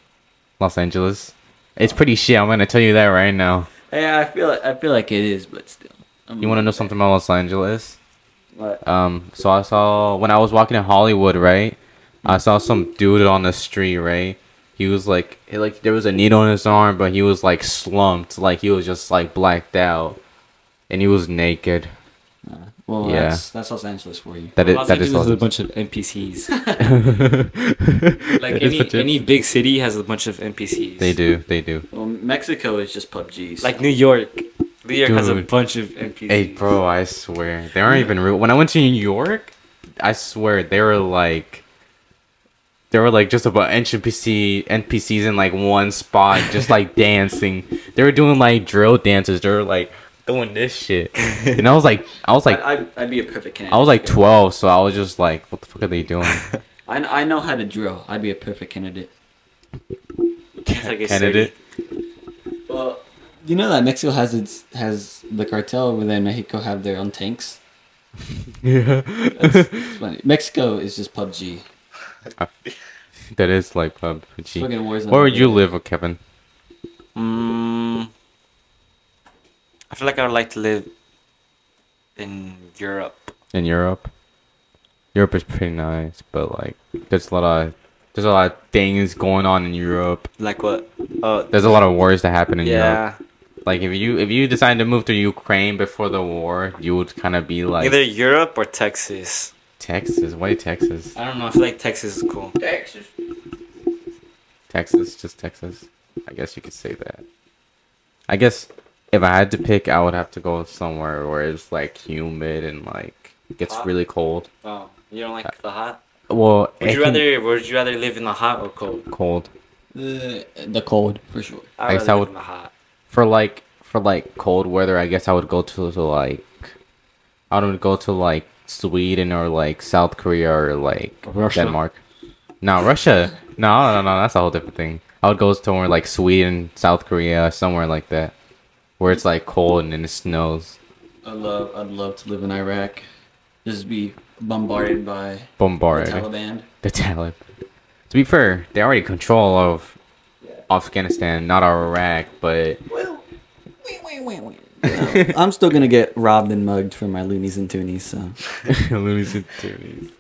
Los Angeles. It's pretty shit. I'm gonna tell you that right now. Yeah, I feel I feel like it is, but still. I'm You want to know something about Los Angeles? What? Um. So I saw when I was walking in Hollywood, right? I saw some dude on the street, right? He was like, he, like there was a needle in his arm, but he was like slumped, like he was just like blacked out, and he was naked. Well, Yeah. that's that's Los Angeles for you. That is- Los that is Angeles Los a bunch of NPCs. like like any any big city has a bunch of NPCs. They do, they do. Well, Mexico is just PUBG. Like New York. New York has a Dude. bunch of NPCs. Hey, bro, I swear they aren't even real. When I went to New York, I swear they were like, they were like just about NPC NPCs in like one spot, just like dancing. They were doing like drill dances. They were like doing this shit, and I was like, I was like, I, I'd, I'd be a perfect candidate. I was like twelve, so I was just like, what the fuck are they doing? I, kn- I know how to drill. I'd be a perfect candidate. Candidate. Well, you know that Mexico has its has the cartel over there. Mexico have their own tanks. Yeah, It's funny. Mexico is just PUBG. that is like pub. Fucking Warzone. Where would you live, Kevin? Mm, I feel like I would like to live in Europe. in Europe. Europe is pretty nice, but like there's a lot of there's a lot of things going on in Europe. Like what? Oh, There's a lot of wars that happen in Europe. yeah. Like if you if you decide to move to Ukraine before the war, you would kind of be like Either Europe or Texas. Texas. Why Texas? I don't know. I feel like Texas is cool. Texas, just Texas. I guess you could say that. I guess if I had to pick, I would have to go somewhere where it's like humid and like gets Hot? really cold. Oh, you don't like the hot? Well, Would it you can- rather Would you rather live in the hot or cold? cold The, the cold, for sure. I'd I guess rather I live would- in the hot. for like for like cold weather? I guess I would go to, to like I would go to like Sweden or like South Korea or like Russia. Denmark. No, Russia. No, no, no. That's a whole different thing. I would go somewhere like Sweden, South Korea, somewhere like that, where it's like cold and then it snows. I love, I'd love to live in Iraq. Just be bombarded by Bombarded. the Taliban. The Taliban. To be fair, they already control of Afghanistan, not Iraq, but I'm still gonna get robbed and mugged for my loonies and toonies. So loonies and toonies.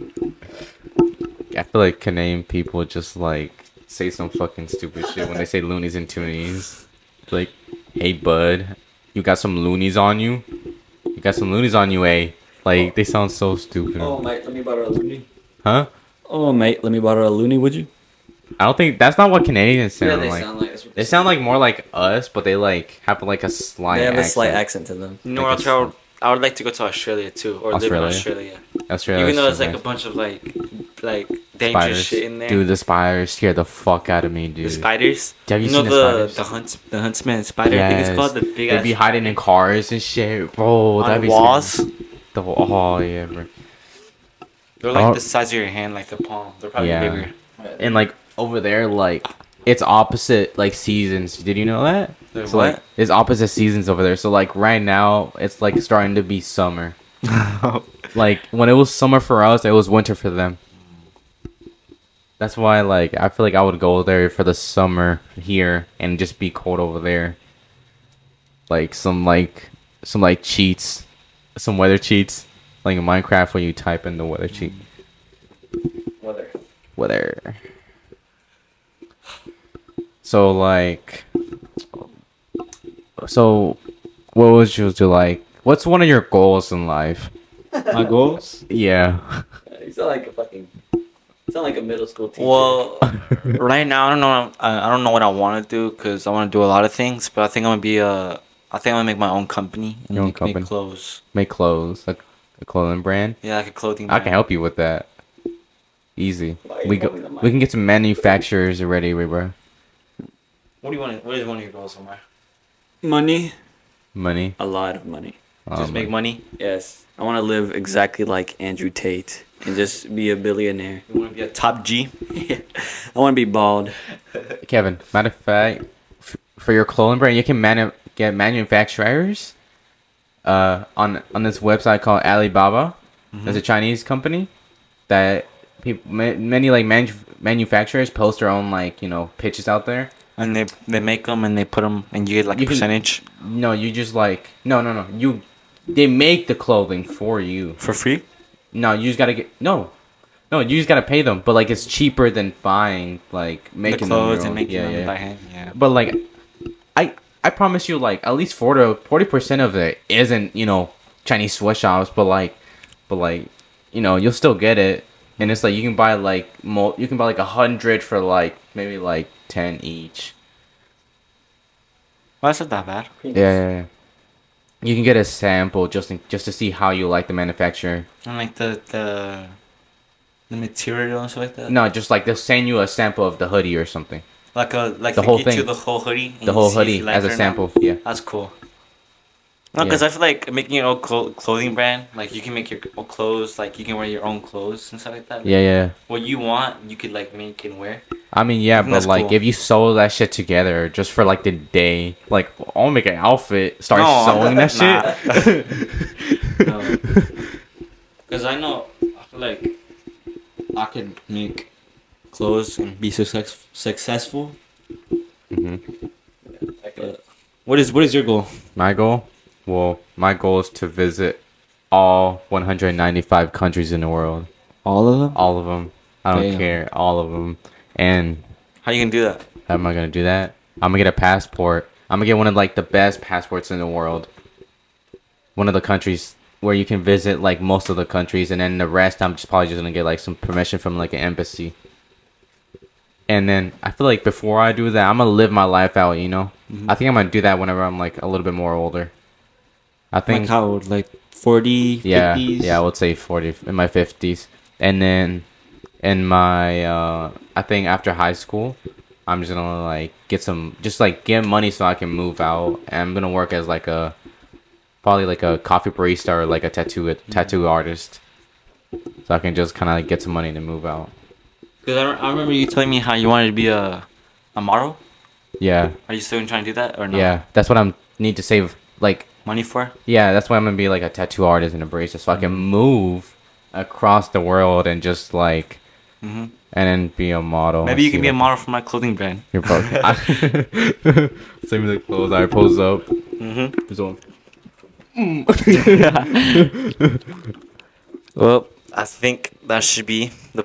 I feel like Canadian people just like say some fucking stupid shit when they say loonies and toonies. Like, hey bud, you got some loonies on you? You got some loonies on you, eh? Like they sound so stupid. Oh, Oh. mate, let me borrow a loony. Huh? Oh mate, let me borrow a loony, would you? I don't think that's not what Canadians sound like. like they sound like more like us, but they like have like a slight. they have a slight accent. accent to them. You know I where guess else I would, I would like to go to Australia too, or live in Australia? Australia. Australia. Even though it's like a bunch of like, like dangerous spiders. shit in there. Dude, the spiders scare the fuck out of me, dude. the spiders. Have you know seen the the spiders? the hunts the huntsman spider? I think it's called the big They'd ass be hiding in cars and shit, bro. that'd on be walls. scary. The wall- oh yeah, bro. They're like Oh. the size of your hand, like the palm. They're probably Yeah. bigger. And like over there, like it's opposite like seasons. Did you know that? They're So like what? it's opposite seasons over there. So like right now, it's like starting to be summer. like when it was summer for us, it was winter for them. That's why like I feel like I would go there for the summer here and just be cold over there. Like some like some like cheats, some weather cheats, like in Minecraft where you type in the weather cheat. Weather. Weather. So like so what would you do like what's one of your goals in life My goals? yeah You sound like a fucking, you sound like a middle school teacher. Well, right now I don't know. I, I don't know what I want to do because I want to do a lot of things. But I think I'm gonna be a. I think I'm gonna make my own company and Your own make, company. make clothes. make clothes like a clothing brand Yeah, like a clothing. i can brand. help you with that easy Why are we you go, holding the mic? we can get some manufacturers already bro What do you want? What is one of your goals, Omar? Money. money A lot of money. Just um, make money. Yes. I want to live exactly like Andrew Tate and just be a billionaire. You want to be a top G? I want to be bald. kevin matter of fact f- for your clothing brand you can manu- get manufacturers uh on on this website called alibaba It's a chinese company that people ma- many like manu- manufacturers post their own like you know pitches out there And they they make them and they put them and you get like You a can- percentage No, you just like no, no, no. You they make the clothing for you. for free. No, you just gotta get no, no. You just gotta pay them, but like it's cheaper than buying like The making clothes them your own. and making yeah, them yeah. by hand. Yeah. But like, I I promise you, like at least forty percent of it isn't you know Chinese sweatshops, but like, but like you know you'll still get it, and it's like you can buy like mo you can buy like a hundred for like maybe like ten each. Well, that's not that bad. Yeah, yeah, yeah. You can get a sample just in, just to see how you like the manufacturer. And like the the the material and stuff like that. No, just like they'll send you a sample of the hoodie or something. Like a like The they whole get you thing. the whole hoodie. and The you whole see if you hoodie like as it a or not. sample. Yeah. That's cool. No, because I feel like making your own clo- clothing brand, like you can make your own clothes, like you can wear your own clothes and stuff like that. Yeah, yeah. What you want, you could like make and wear. I mean, yeah, think but that's like cool. if you sew that shit together just for like the day, like I'll make an outfit, start No, sewing I'm that not- shit. Because I know, I feel like I could make clothes and be success- successful. Mhm. What is what is your goal? My goal, well, my goal is to visit all 195 countries in the world, All of them? all of them. I don't Damn. care, all of them, and how you gonna do that? How am I gonna do that? I'm gonna get a passport. I'm gonna get one of like the best passports in the world. One of the countries where you can visit like most of the countries, and then the rest I'm just probably just gonna get like some permission from like an embassy. And then I feel like before I do that, I'm gonna live my life out. You know, I think I'm gonna do that whenever I'm like a little bit more older. I Like think how old? Like 40, yeah 50s? yeah i would say 40 in my 50s and then in my uh i think after high school i'm just gonna like get some just like get money so i can move out and i'm gonna work as like a probably like a coffee barista or like a tattoo a tattoo artist so i can just kind of like get some money to move out Because I, re- I remember you telling me how you wanted to be a, a model. yeah Are you still trying to do that or no? yeah that's what i'm need to save like Money for? yeah that's why i'm gonna be like a tattoo artist and a barista so i Mm-hmm. can move across the world and just like Mm-hmm. hmm and then be a model Maybe and you can see be a what- model for my clothing brand. Your book. Send me the clothes. I pose up. Mm-hmm. There's one. Well, I think that should be the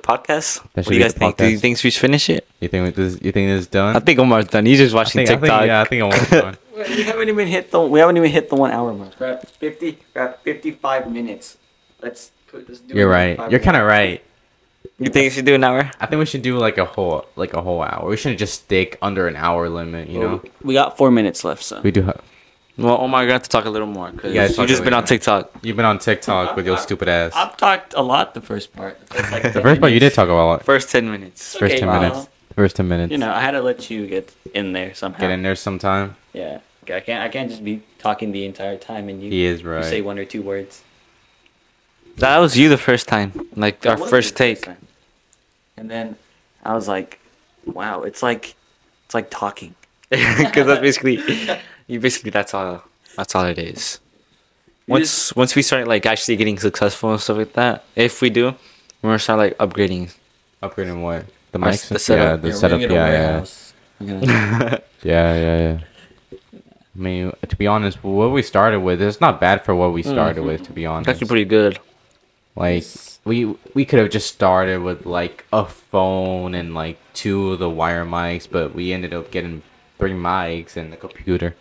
That podcast. what do you should be guys the think? Do you podcast. think we should finish it? You think this? You think this is done? I think Omar's done. He's just watching I think, TikTok. yeah, I think I want it done. We haven't even hit the. We haven't even hit the one hour mark. We're at fifty. We're at fifty-five minutes. Let's put. Let's do You're right. You're kind of right. You think we should do an hour? I think we should do like a whole, like a whole hour. We shouldn't just stick under an hour limit. You know. We got four minutes left, so. We do. Ha- Well, oh Omar, gonna have to talk a little more because Yeah, you've talk just been later. on TikTok. You've been on TikTok with your stupid ass. I've talked a lot the first part. It's like the first part you did talk about a lot. First 10 minutes. First okay, ten well, minutes. First ten minutes. You know, I had to let you get in there somehow. Get in there sometime. Yeah, I can't. I can't just be talking the entire time and you, He is you say right. one or two words. That was you the first time. Like our That was first the take. first time. And then I was like, "Wow, it's like, it's like talking." Because that's basically, you basically, that's all, that's all it is. Once, once we start like actually getting successful and stuff like that, if we do, we're gonna start like upgrading. Upgrading what? The Our- mic. the Yeah, setup. the setup. Yeah, yeah, We're gonna, yeah, yeah, yeah. I mean, to be honest, what we started with, it's not bad for what we started with. To be honest, It's actually pretty good. Like we we could have just started with like a phone and like two of the wire mics, but we ended up getting three mics and a computer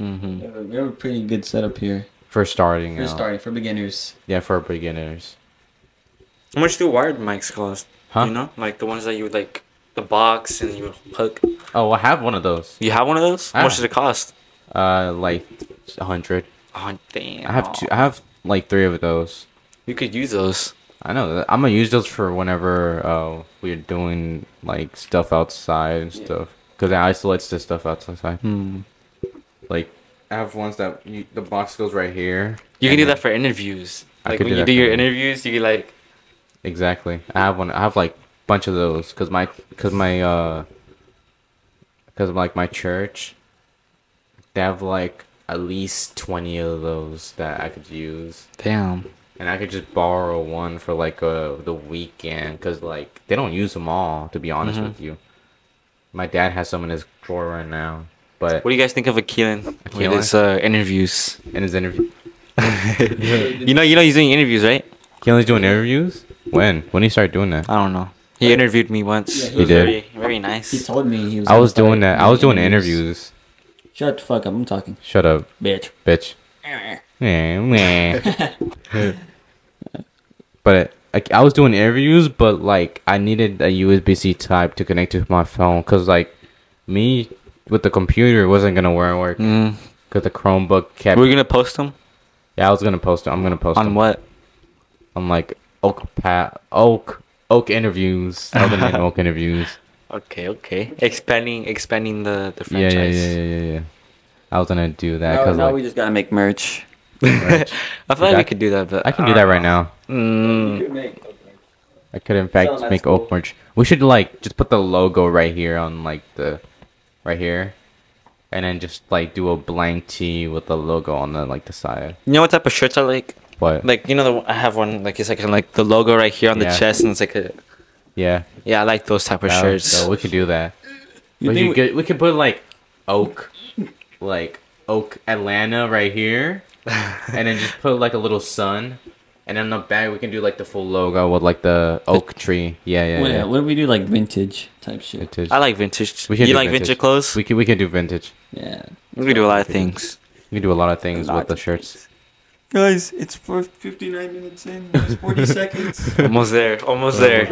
Mm-hmm. we have a- we have a pretty good setup here for starting. for out. starting for beginners. Yeah, for beginners. How much do wired mics cost? Huh? You know, like the ones that you would like the box and you would hook. Oh, I have one of those. You have one of those? How much Ah. does it cost? Uh, like a hundred. Oh damn! I have two. I have like three of those. You could use those. I know. that- I'm gonna use those for whenever uh we're doing like stuff outside and stuff, because it isolates the stuff outside. Hmm. Like I have ones that you, the box goes right here. You can and do then- that for interviews. I Like could when do you that do for your me. interviews, you can like Exactly. I have one. I have like bunch of those because my because my uh because like my church, they have like at least twenty of those that I could use, damn. and I could just borrow one for like uh the weekend because like they don't use them all. To be honest with you, my dad has some in his drawer right now, but What do you guys think of Akeelan with Akeelan? his uh, interviews? in his interview, You know, you know, he's doing interviews, right? he only doing interviews. When when he started doing that? I don't know. He interviewed me once. Yeah, It he was did. Very, very He nice. told me he was. I gonna was start doing that. I was doing interviews. Shut the fuck up! I'm talking, Shut up, bitch. bitch. Eh, meh. but like, I was doing interviews, but like I needed a USB C type to connect to my phone because like me with the computer wasn't gonna work because Mm. the Chromebook kept. We're gonna post them yeah, I was gonna post it. I'm gonna post on them. what? On like Oak Pat Oak Oak interviews. I was gonna name it Oak interviews. Okay, okay. Expanding, expanding the the Yeah, franchise. yeah, yeah, yeah, yeah, yeah. I was gonna do that Now, because now like we just gotta make merch. I feel like Yeah. we could do that, but I can do that right now. Mm. I could, in fact, that's make cool. oak merch. We should like just put the logo right here on like the, right here, and then just like do a blank T with the logo on the like the side. You know what type of shirts I like? But Like you know, the, one- I have one like it's like in, like the logo right here on the Yeah. chest, and it's like a yeah, yeah, I like those type of that- shirts. So we could do that. we think could get, we could put like oak, like oak Atlanta right here, and then just put like a little sun, and then on the back we can do like the full logo with like the oak tree. Yeah, yeah, What, yeah. what do we do? Like vintage type shit. Vintage. I like vintage. We can you do like vintage, vintage. clothes? We We, can we can do vintage. Yeah. we do a lot of things. We can do a lot of things lot with the of shirts. Guys, it's for 59 minutes in. It's 40 seconds. almost there. Almost there.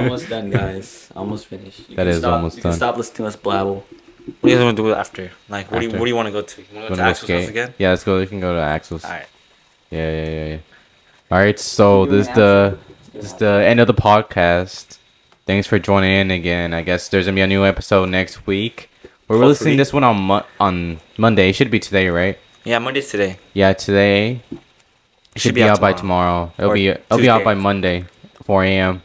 almost done, guys. Almost finished. You That can is stop- almost you done. Can stop listening to us blabble. What do you guys want to do after? Like, what do you After. what do you want to go to? You want to go to Wanna go Axel's house skate? again? Yeah, let's go. We can go to Axel's. All right. Yeah, yeah, yeah, yeah. All right, so You're this an the this is the end of the podcast. Thanks for joining in again. I guess there's gonna be a new episode next week. We're Hopefully. releasing this one on Mo- on Monday. It should be today, right? Yeah, Monday's today. Yeah, today. It should, be, out, by tomorrow. It'll Or be it'll be out Tuesday. by Monday, 4 a.m.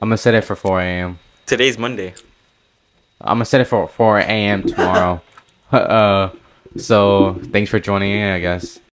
I'm gonna set it for 4 a.m. Today's Monday. I'm gonna set it for 4 a.m. tomorrow. uh, so thanks for joining in. I guess.